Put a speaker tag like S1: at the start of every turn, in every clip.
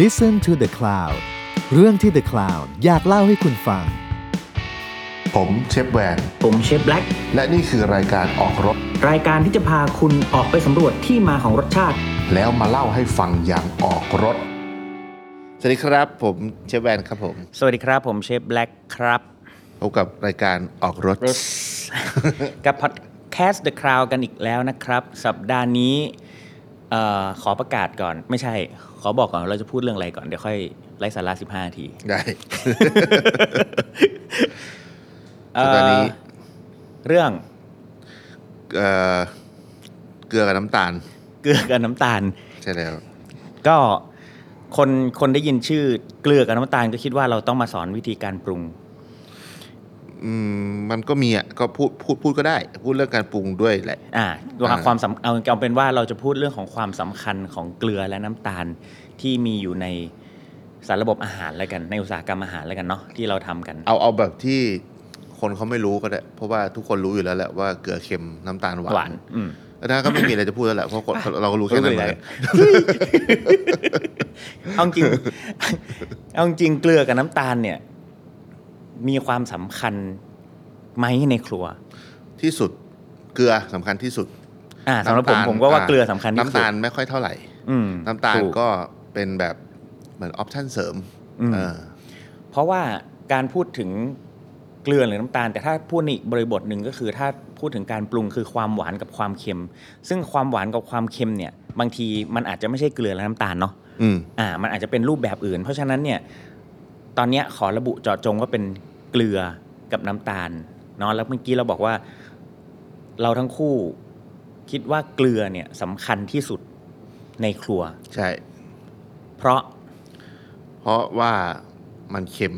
S1: Listen to the Cloud เรื่องที่ The Cloud อยากเล่าให้คุณฟัง
S2: ผมเชฟแวน
S3: ผมเชฟแบล็ก
S2: และนี่คือรายการออกรถ
S3: รายการที่จะพาคุณออกไปสำรวจที่มาของรสชาติ
S2: แล้วมาเล่าให้ฟังอย่างออกรถ สวัสดีครับ ผมเชฟแวนครับผม
S3: สวัสดีครับผมเชฟแบล็กครับ
S2: พบกับรายการออกรถ
S3: กับพอดแคสต์ The Crowd กันอีกแล้วนะครับ สัปดาห์นี้เออขอประกาศก่อนไม่ใช่ ขอบอกก่อนว่าเราจะพูดเรื่องอะไรก่อน เดี๋ยวค่อยไล่สาระ15นาที
S2: ได้
S3: เอ่
S2: สัปดาห์นี้
S3: อเรื่อง
S2: เอ่อเกลือกับน้ำตาล
S3: เกลือกับน้ำตาล
S2: ใช่แล้ว
S3: ก็คนคนได้ยินชื่อเกลือกับน้ำตาลก็คิดว่าเราต้องมาสอนวิธีการปรุง
S2: อืมมันก็มีอ่ะก็พูดพูดพูดก็ได้ พูดเรื่องการปรุงด้วยแหละ
S3: อ่า
S2: อ่า
S3: ความสำเอาเอาเป็นว่าเราจะพูดเรื่องของความสำคัญของเกลือและน้ำตาลที่มีอยู่ในสารระบบอาหารแล้วกันในอุตสาหกรรมอาหารแล้วกันเนาะที่เราทำกัน
S2: เอาเอาแบบที่คนเขาไม่รู้ก็ได้ เพราะว่าทุกคนรู้อยู่แล้วแหละว่าเกลือเค็มน้ำตาลหวาน
S3: หวานอืม
S2: แล้วถ้าก็ไม่มีอะไรจะพูดแล้วแหละเพราะคนเราก็รู้แค่นั้นแหละ
S3: เอาจริง เอาจริงเกลือกับน้ำตาลเนี่ย มีความสำคัญไหมในครัว
S2: ที่สุดเกลือสำคัญที่สุด
S3: อ่าสำหรับผ
S2: น้ำ
S3: ม
S2: ตาล
S3: ผมก็ว่า
S2: ะ
S3: เกลือสำคัญที่
S2: น้ำ
S3: สุด
S2: ตาลไม่ค่อยเท่าไหร่
S3: อืม
S2: น้ำตาล
S3: ถู
S2: ก็เป็นแบบเหมือนออปชั่นเสริม
S3: อืม
S2: เออ
S3: เพราะว่าการพูดถึงเกลือหรือน้ำตาล แต่ถ้าพูดในอีกบริบทหนึ่งก็คือถ้าพูดถึงการปรุงคือความหวานกับความเค็ม ซึ่งความหวานกับความเค็มเนี่ย บางทีมันอาจจะไม่ใช่เกลือและน้ำตาลเนาะ
S2: อืม
S3: อ่า มันอาจจะเป็นรูปแบบอื่น เพราะฉะนั้นเนี่ยตอนเนี้ยขอระบุเจาะจงว่าเป็นเกลือกับน้ำตาลเนาะแล้วเมื่อกี้เราบอกว่า เราทั้งคู่คิดว่าเกลือเนี่ยสำคัญที่สุดในครัว
S2: ใช่
S3: เพราะ
S2: เพราะว่ามันเค็ม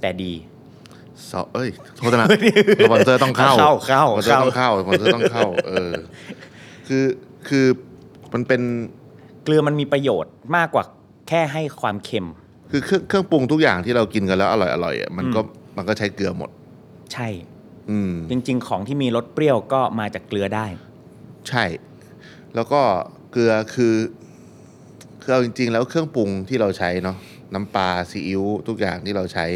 S3: แต่ดี
S2: ซอเอ้ยโทษนะสปอนเซอร์ต้องเข้า
S3: เข้า
S2: สปอนเซ
S3: เข้า
S2: อร์ต้อง
S3: เข้า
S2: เข้าสปอนเซอร์ต้องเข้า เออ คือคือมันเป็น
S3: เกลือมันมีประโยชน์มากกว่าแค่ให้ความเค็ม
S2: คือเครื่องเครื่องปรุงทุกอย่างที่เรากินกันแล้วอร่อยอร่อยอ่ะมันก็มันก็ใช้เกลือหมด
S3: ใช่
S2: อืม
S3: จริงๆ ของที่มีรสเปรี้ยวก็มาจากเกลือได้
S2: ใช่ แล้วก็เกลือคือคือเอาจริง ๆ แล้วเครื่องปรุงที่เราใช้เนาะน้ำปลาซีอิ๊วทุกอย่างที่เราใช้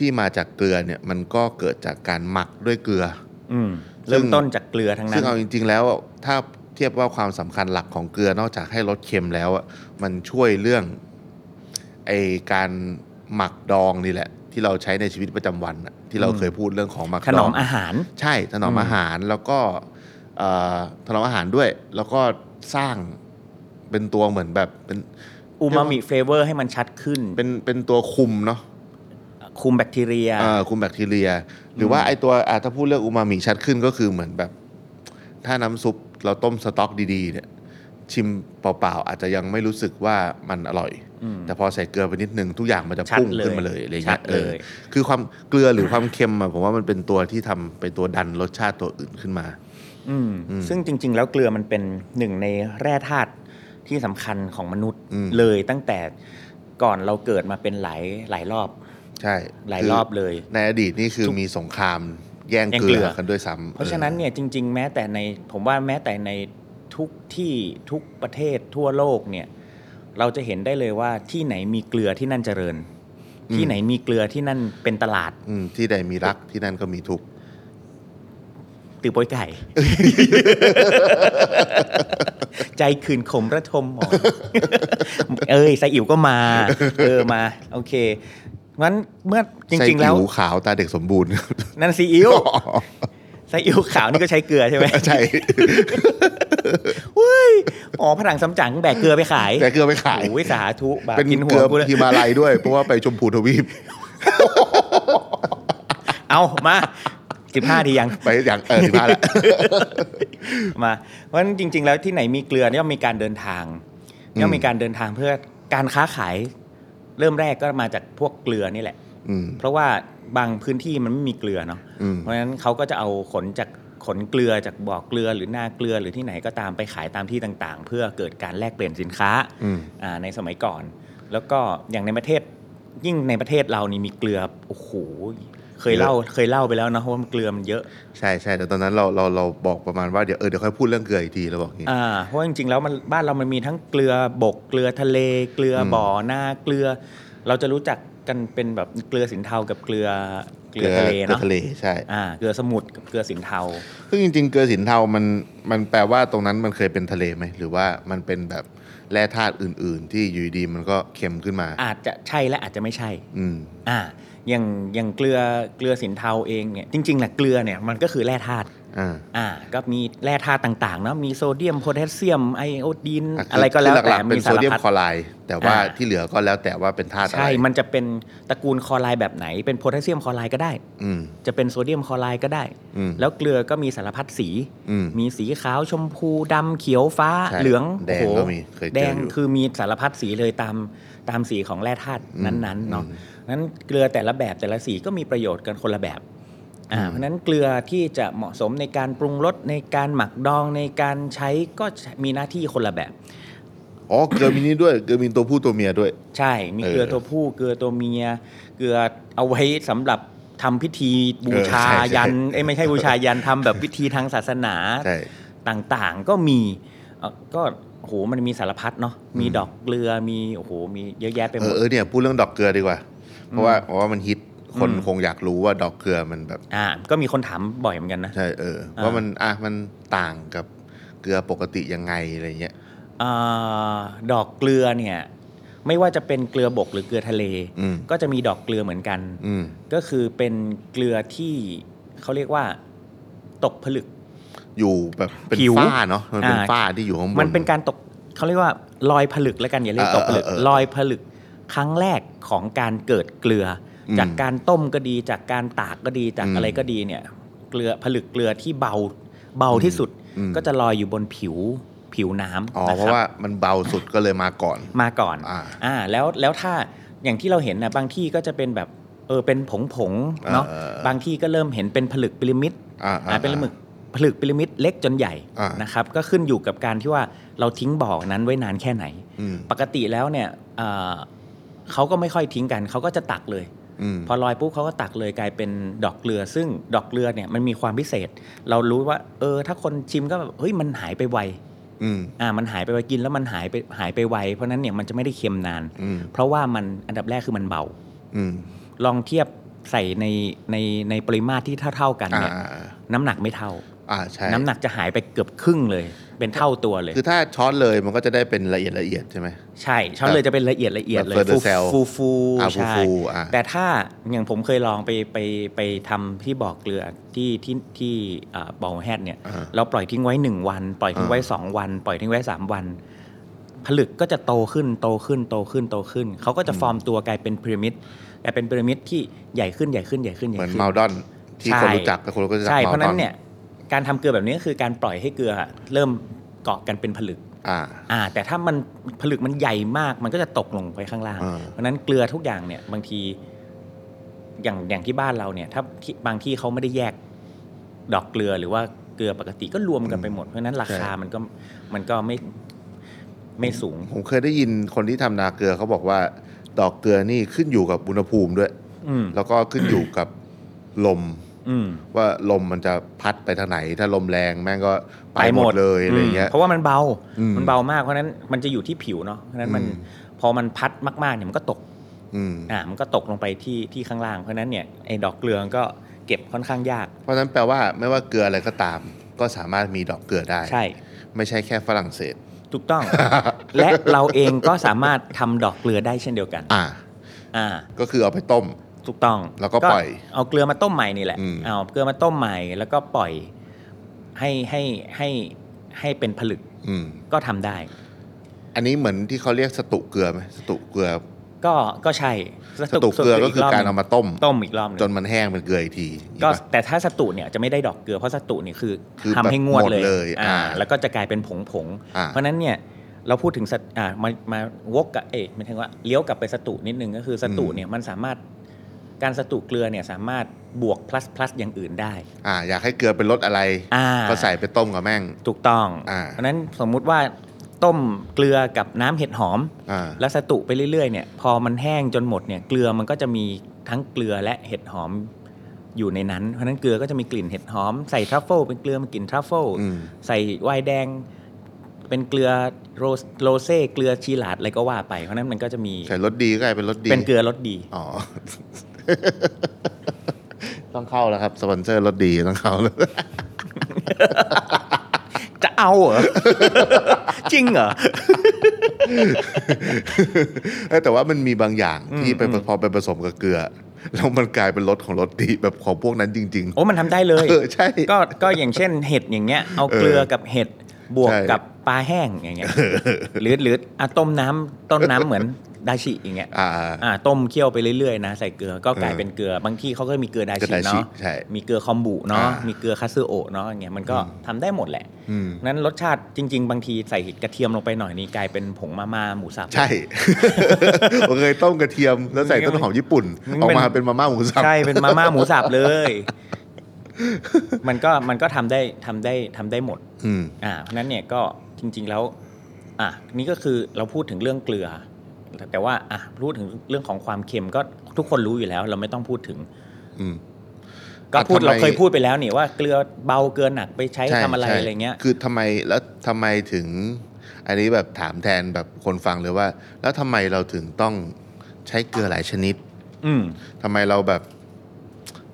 S2: ที่มาจากเกลือเนี่ยมันก็เกิดจากการหมักด้วยเกลือ
S3: อืม
S2: ซึ่ง
S3: เริ่มต้นจากเกลือทั้งนั้
S2: ซึ่
S3: น
S2: งเอาจริง ๆ แล้วถ้าเทียบว่าความสำคัญหลักของเกลือนอกจากให้รสเค็มแล้วอะมันช่วยเรื่องไอการหมักดองนี่แหละ ที่เราใช้ในชีวิตประจำวันอะที่เรา
S3: อืม
S2: เคยพูดเรื่องของหมัก
S3: ขน
S2: ด
S3: อ
S2: อ
S3: ม
S2: ง
S3: อาหาร
S2: ใช่ถนอม
S3: อืม
S2: อาหารแล้วก็เอ่อถนอมอาหารด้วย แล้วก็สร้างเป็นตัวเหมือนแบบเป็น
S3: อูมามิเฟเวอร์ให้มันชัดขึ้น
S2: เป็นเป็นตัวคุมเนาะ
S3: คุมแบคทีเรีย
S2: เอ่อคุมแบคทีเรีย หรือว่าไอตัวอ่ะถ้าพูดเรื่องอูมามิชัดขึ้นก็คือเหมือนแบบ ถ้าน้ำซุปเราต้มสต๊อกดีๆเนี่ยชิมเปล่าๆอาจจะยังไม่รู้สึกว่ามันอร่อย แต่พอใส่เกลือไปนิดนึงทุกอย่างมันจะ
S3: ชัด
S2: พุ่ง
S3: เลย
S2: ขึ้นมาเลยอะไร
S3: ชั
S2: เงี้
S3: ด
S2: ยเอ
S3: เล
S2: อย คือความเกลือหรือความเค็มอะผมว่ามันเป็นตัวที่ทำเป็นตัวดันรสชาติตัวอื่นขึ้นมา
S3: อืม
S2: อืม
S3: ซึ่งจริง ๆ แล้วเกลือมันเป็นหนึ่งในแร่ธาตุที่สำคัญของมนุษย์
S2: อืม
S3: เลยตั้งแต่ก่อนเราเกิดมาเป็นหลายหลายรอบ
S2: ใช่
S3: หลาย
S2: คื
S3: รอบเลย
S2: ในอดีตนี่คือมีสงครามแย่งเก
S3: แย่งเกลื
S2: ลื
S3: อ
S2: อกันด้วยซ้ำ
S3: เพราะฉะนั้นเนี่ยจริง ๆ แม้แต่ในผมว่าแม้แต่ในทุกที่ทุกประเทศทั่วโลกเนี่ย เราจะเห็นได้เลยว่าที่ไหนมีเกลือที่นั่นเจริญ ที่ไหนมีเกลือที่นั่นเป็นตลาด
S2: อืมที่ใดมีรักที่นั่นก็มีทุกข์
S3: ตือโป้ย ไก่ ใจคืนขมระทมหมอน เอ้ยไซอิ๋วก็มาเออมา โอเคงั้นเมื่อจริง ๆ แล้ว
S2: ไส้อิ๋ขาวตาเด็กสม บูรณ์
S3: นั่นซีอิ๊วไซอิ๋วขาวนี่ก็ใช้เกลือใช่ไหม
S2: ใช่
S3: เฮ้ยอ๋อผนังสำจังแบกเกลือไปขาย
S2: แต่เกลือไม่ขาย
S3: โอ้ยสาธุบาป
S2: เป็น
S3: กินหั
S2: เกลื
S3: ว
S2: อ
S3: กูเลย
S2: ฮิมาลัยด้วย เพราะว่าไปชมพูทวีป
S3: เอามาสิบห้าทียัง
S2: ไปอย่าง เออสิบห้าแล้ว
S3: มาเพราะฉะนั้นจริง ๆ แล้วที่ไหนมีเกลือเนี่ยมีการเดินทาง
S2: อืม
S3: เนี่ยมีการเดินทางเพื่อการค้าขายเริ่มแรกก็มาจากพวกเกลือนี่แหละ
S2: อืม
S3: เพราะว่าบางพื้นที่มันไม่มีเกลือเนาะ
S2: อืม
S3: เพราะฉะนั้นเขาก็จะเอาขนจากขนเกลือจากบ่อเกลือหรือนาเกลือหรือที่ไหนก็ตามไปขายตามที่ต่างๆ เพื่อเกิดการแลกเปลี่ยนสินค้า
S2: อืม
S3: อ่าในสมัยก่อน แล้วก็อย่างในประเทศยิ่งในประเทศเรานี่มีเกลือโอ้โห เคยเล่าเคยเล่าไปแล้วเนอะว่ามันเกลือมันเยอะ
S2: ใช่ใช่แต่ตอนนั้นเราเราเราบอกประมาณว่าเดี๋ยวเออเดี๋ยวค่อยพูดเรื่องเกลืออีกทีเราบอกอย่างงี้
S3: อ่าเพราะว่าจริงๆแล้วมันบ้านเรามันมีทั้งเกลือบกเกลือทะเล เกลืออ
S2: ม
S3: บ่อหน้าเกลือ เราจะรู้จักกันเป็นแบบเกลือสินเทากับเกลือเกลือทะเล
S2: เกลือ
S3: เนาะ
S2: ทะเลใช่
S3: อ่าเกลือสมุทรกับเกลือสินเทา
S2: ซึ่งจริงๆ เกลือสินเทา มัน มันแปลว่าตรงนั้นมันเคยเป็นทะเลไหม หรือว่ามันเป็นแบบแร่ธาตุอื่น ๆ ที่อยู่ดีๆมันก็เค็มขึ้นมา
S3: อาจจะใช่และอาจจะไม่ใช่
S2: อืม
S3: อ่าอย่างอย่างเกลือเกลือสินเทาเองเนี่ยจริงๆแหละเกลือเนี่ยมันก็คือแร่ธาตุ
S2: อ่า
S3: อ่าก็มีแร่ธาตุต่างๆเนาะมีโซเดียมโพแทสเซียมไอโอดีน
S2: อ่ะคื
S3: อะไรก็แล้ว
S2: คืห
S3: แต่
S2: กๆเป็น
S3: มี
S2: โซ
S3: สาร
S2: เดียม
S3: พัด
S2: คลอไรด์แต่ว่า
S3: อ่า
S2: ที่เหลือก็แล้วแต่ว่าเป็นธาตุอะไร
S3: ใช่มันจะเป็นตระกูลคลอไรด์แบบไหน เป็นโพแทสเซียมคลอไรด์ก็ได้
S2: อืม
S3: จะเป็นโซเดียมคลอไรด์ก็ได้
S2: อืม
S3: แล้วเกลือก็มีสารพัดสี
S2: อืม
S3: มีสีขาวชมพูดำเขียวฟ้า
S2: ใช่
S3: เหลือง
S2: แดง
S3: โอ้โห
S2: ก็มีเคยเจออยู่
S3: แดงคือมีสารพัดสีเลยตามตามสีของแร่ธาตุนั้นๆเนาะนั้นเกลือแต่ละแบบแต่ละสีก็มีประโยชน์กันคนละแบบอ่าเพราะฉะนั้นเกลือที่จะเหมาะสมในการปรุงรสในการหมักดองในการใช้ก็มีหน้าที่คนละแบบ
S2: อ๋อ เกลือมีนี่ด้วย เกลือมีตัวผู้ตัวเมียด้วย
S3: ใช่ มีเกลือ
S2: เออ
S3: ตัวผู้ เกลือตัวเมีย เกลือเอาไว้สำหรับทำพิธีบูชา
S2: เออใช่ใช่
S3: ยันเอ้ยไม่ใช่บูชายันทำแบบพิธีทางศาสนา
S2: ใช่
S3: ต่างๆก็มีเอ่อก็โอ้โหมันมีสารพัดเนาะมีดอกเกลือมีโอ้โหมีเยอะแยะไปห
S2: เอ
S3: ม
S2: อ
S3: ด
S2: เออเนี่ยพูดเรื่องดอกเกลือดีกว่า เพราะว่าเพราะว่ามันฮิต คน
S3: อืม
S2: คงอยากรู้ว่าดอกเกลือมันแบบ
S3: อ่าก็มีคนถามบ่อยเหมือนกันนะ
S2: ใช่ เออ
S3: อ่า
S2: ว่ามัน อ่ะ มันต่างกับเกลือปกติยังไงอะไรเงี้ย
S3: อาดอกเกลือเนี่ยไม่ว่าจะเป็นเกลือบกหรือเกลือทะเล
S2: อืม
S3: ก็จะมีดอกเกลือเหมือนกัน
S2: อืม
S3: ก็คือเป็นเกลือที่เขาเรียกว่าตกผลึก
S2: อยู่แบบเป็น
S3: ผิว
S2: ฝ้าเนาะมันเป็น
S3: อ่า
S2: ฝ้าที่อยู่ข้างบน
S3: มันเป็นการตกเขาเรียกว่าลอยผลึกแล้วกันอย่าเรียก
S2: เออ
S3: ตกผลึก
S2: เออเออ
S3: ลอยผลึกครั้งแรกของการเกิดเกลืออ
S2: ม
S3: จากการต้มก็ดี จากการตากก็ดีจาก
S2: อืม
S3: อะไรก็ดีเนี่ยเกลือผลึกเกลือที่เบาเบาที่สุด
S2: อืม
S3: ก็จะลอยอยู่บนผิวผิวน้ำ
S2: อ๋อ
S3: นคบ
S2: เพราะว่ามันเบาสุดก็เลยมาก่อน
S3: มาก่อน
S2: อ่า
S3: อ่าแล้วแล้วถ้าอย่างที่เราเห็นนะบางที่ก็จะเป็นแบบเออเป็นผงผงๆเนาะ
S2: เออเออเออ
S3: บางที่ก็เริ่มเห็นเป็นผลึกพีระมิด
S2: อ่า
S3: อ่าเป็นหมึกผลึกพีระมิดเล็กจนใหญ่
S2: อ่าน
S3: นะครับก็ขึ้นอยู่กับการที่ว่าเราทิ้งบ่อนั้นไว้นานแค่ไหน
S2: อืม
S3: ปกติแล้วเนี่ยเอ่อเขาก็ไม่ค่อยทิ้งกันเขาก็จะตักเลย
S2: อืม
S3: พอลอยปุ๊บเขาก็ตักเลยกลายเป็นดอกเกลือ ซึ่งดอกเกลือเนี่ยมันมีความพิเศษ เรารู้ว่าเออถ้าคนชิมก็แบบเฮ้ยมันหายไปไว
S2: อืม
S3: อ่ามันหายไปไวกินแล้วมันหายไปหายไปไวเพราะฉะนั้นเนี่ยมันจะไม่ได้เค็มนาน
S2: อืม
S3: เพราะว่ามันอันดับแรกคือมันเบา
S2: อืม
S3: ลองเทียบใส่ในในในปริมาตรที่เท่าๆกัน
S2: อ่า
S3: เนี่ย
S2: อ่า
S3: น้ำหนักไม่เท่า
S2: อ่าใช่
S3: น้ำหนักจะหายไปเกือบครึ่งเลย เป็นเท่าตัวเลย
S2: คือถ้าช็อตเลยมันก็จะได้เป็นละเอียดละเอียดใช่ไหม
S3: ใช่ช้อนเลยจะเป็นละเอียดละเอียดเลย
S2: แบบ further cell
S3: ฟูฟู
S2: อ่าฟู
S3: ใช่
S2: ฟูอ่า
S3: แต่ถ้าอย่างผมเคยลองไปไปไปทำที่บ่อเกลือที่ที่ที่อ่าบ่อแฮดเนี่ย
S2: อ่า
S3: เราปล่อยทิ้งไว้หนึ่งวัน ปล่อยทิ้งไว้สองวัน ปล่อยทิ้งไว้สามวัน ผลึกก็จะโตขึ้นโตขึ้นโตขึ้นโตขึ้น เขาก็จะฟอร์มตัวกลายเป็นพีระมิดกลายเป็นพีระมิดที่ใหญ่ขึ้นใหญ่ขึ้นใหญ่ขึ้นให
S2: เห
S3: ญ่
S2: มือน
S3: ขึ้น
S2: เมาดอนที่ค
S3: ใช่
S2: นรู้จักกับคนก็จะจัก
S3: ใช่
S2: เมาดอน
S3: เพราะฉะนั้นเนี่ยการทำเกลือแบบนี้ก็คือการปล่อยให้เกลือเริ่มเกาะกันเป็นผลึก
S2: อ่า
S3: อ่าแต่ถ้ามันผลึกมันใหญ่มากมันก็จะตกลงไปข้างล่าง
S2: อ่า
S3: เพราะฉะนั้นเกลือทุกอย่างเนี่ยบางทีอย่างอย่างที่บ้านเราเนี่ยถ้าที่บางที่เขาไม่ได้แยกดอกเกลือหรือว่าเกลือปกติก็รวมกันไปหมด เพราะฉะนั้นราคามันก็มันก็ไม่ไม่สูง
S2: ผมเคยได้ยินคนที่ทำนาเกลือเขาบอกว่า ดอกเกลือนี่ขึ้นอยู่กับอุณหภูมิด้วย
S3: อืม
S2: แล้วก็ขึ้นอยู่กับลม
S3: อืม
S2: ว่าลมมันจะพัดไปทางไหน ถ้าลมแรงแม่งก็ไปหมดเลยอะไรเงี้ย
S3: มเพราะว่ามันเบา
S2: อืม
S3: มันเบามากเพราะฉะนั้นมันจะอยู่ที่ผิวเนาะเพราะฉะนั้นมัน
S2: อืม
S3: พอมันพัดมากๆเนี่ยมันก็ตก
S2: อืม
S3: อ่ามันก็ตกลงไปที่ที่ข้างล่างเพราะฉะนั้นเนี่ยไอ้ดอกเกลือมันก็เก็บค่อนข้างยาก
S2: เพราะฉะนั้นแปลว่าไม่ว่าเกลืออะไรก็ตาม ก็สามารถมีดอกเกลือได้
S3: ใช่
S2: ไม่ใช่แค่ฝรั่งเศส
S3: ถูกต้อง และ เราเองก็สามารถทำดอกเกลือได้เช่นเดียวกัน
S2: อ่า
S3: อ่า
S2: ก็คือเอาไปต้ม
S3: ถูกต้อง
S2: แล้วก็ปล่อย
S3: เอาเกลือมาต้มใหม่นี่แหละ
S2: อืม
S3: เอาเกลือมาต้มใหม่แล้วก็ปล่อยให้ให้ให้ให้เป็นผลึก
S2: อืม
S3: ก็ทำได้
S2: อันนี้เหมือนที่เขาเรียกสตุเกลือไหมสตุเกลือ
S3: ก็ก็ใช่
S2: สตุเกลือก็คือการเอามาต้ม
S3: ต้มอีกรอบหนึ่ง
S2: จนมันแห้งเป็นเกลืออีกทีอย่างงี้
S3: ก็
S2: ปะ
S3: แต่ถ้าสตูเนี่ยจะไม่ได้ดอกเกลือเพราะสตูเนี่ยคือ
S2: คือ
S3: ทำให้งวด
S2: แบบหม
S3: เล
S2: ดเลย ย
S3: อ่า
S2: อ่า
S3: แล้วก็จะกลายเป็นผงผงๆ
S2: อ่า
S3: เพราะฉะนั้นเนี่ยเราพูดถึงสัตว์อ่ามามาวกกับเอ๊ะหมายถึงว่าเลี้ยวกลับไปสตูนิดนึงก็คือสตูเนี่ยมันสามารถการสตูเกลือเนี่ยสามารถบวก plus plus อย่างอื่นได้
S2: อ่า อยากให้เกลือเป็นรสอะไร
S3: อ่า
S2: ก็ใส่ไปต้มกับแม่ง
S3: ถูกต้อง
S2: อ่า
S3: เพราะฉะนั้นสมมุติว่าต้มเกลือกับน้ำเห็ดหอม
S2: อ่า
S3: แล้วสตุไปเรื่อยๆเนี่ยพอมันแห้งจนหมดเนี่ยเกลือมันก็จะมีทั้งเกลือและเห็ดหอม อยู่ในนั้น เพราะฉะนั้นเกลือก็จะมีกลิ่นเห็ดหอม ใส่ทรัฟเฟิลเป็นเกลือมันกลิ่นทรัฟเฟิล
S2: อืม
S3: ใส่ไวน์แดง เป็นเกลือโรสโรเซ่เกลือชีลาดอะไรก็ว่าไป เพราะฉะนั้นมันก็จะมี
S2: ใส่รสดีก็กลายเป็นรสดี
S3: เป็นเกลือรสดี
S2: อ๋อ ต้องเข้าแล้วครับ สปอนเซอร์รสดีต้องเข้าแล้ว
S3: จะเอาเหรอ จริงเหรอ
S2: เอ้ยแต่ว่ามันมีบางอย่าง
S3: อืม
S2: ที่ไป
S3: อืม
S2: พอไปผสมกับเกลือ แล้วมันกลายเป็นรสของรสดีแบบของพวกนั้นจริง
S3: โอ้มันทำได้เล
S2: ๆ
S3: ย
S2: เออ ใช่
S3: ก็ก็อย่างเช่นเห็ดอย่างเงี้ยเอาเกลือกับเห็ดบวก
S2: ใช่
S3: กับปลาแห้งอย่างเงี้ยหรือหรืออ่ะต้มน้ำต้มน้ำเหมือนดาชิอย่างเงี้ย
S2: อ่า
S3: อ่ะต้มเคี่ยวไปเรื่อยๆนะใส่เกลือก็กลาย
S2: เออ
S3: เป็นเกลือบางที่เขาก็มีเกลือดา
S2: เกลื
S3: ชิ
S2: อดาชิ
S3: เนาะ
S2: ใช่
S3: มีเกลือคอมบุเนาะ
S2: อ่ามี
S3: มีเกลือคาซึโอะเนาะอย่างเงี้ยมันก็
S2: อืม
S3: ทำได้หมดแหละ
S2: อืม
S3: นั้นรสชาติจริง ๆ บางทีใส่กระเทียมลงไปหน่อยนี่กลายเป็นผงมาม่าหมูสับ
S2: ใช่ ผมเคยต้มกระเทียมแล้วใส่ต้นหอมญี่ปุ่น
S3: มัน
S2: ออกมา
S3: เป็น
S2: เป็นมาม่าหมูสับ
S3: ใช่ เป็นมาม่าหมูสับเลย มันก็มันก็ทำได้ทำได้ทำได้หมด
S2: อืม
S3: อ่าเพราะฉะนั้นเนี่ยก็จริงๆแล้ว อ่ะนี่ก็คือเราพูดถึงเรื่องเกลือ แต่ว่าอ่ะพูดถึงเรื่องของความเค็มก็ทุกคนรู้อยู่แล้ว เราไม่ต้องพูดถึง
S2: อืม
S3: ก็
S2: อ่ะ
S3: พูด
S2: ทำไม
S3: เราเคยพูดไปแล้วนี่ว่าเกลือเบาเกลือหนักไปใช้
S2: ใช่
S3: ทำอะไร
S2: ใช่
S3: อะไรเงี้ย
S2: คือทำไมแล้วทำไมถึง อันนี้แบบถามแทนแบบคนฟังเลยว่า แล้วทำไมเราถึงต้องใช้เกลือหลายชนิด
S3: อืม
S2: ทำไมเราแบบ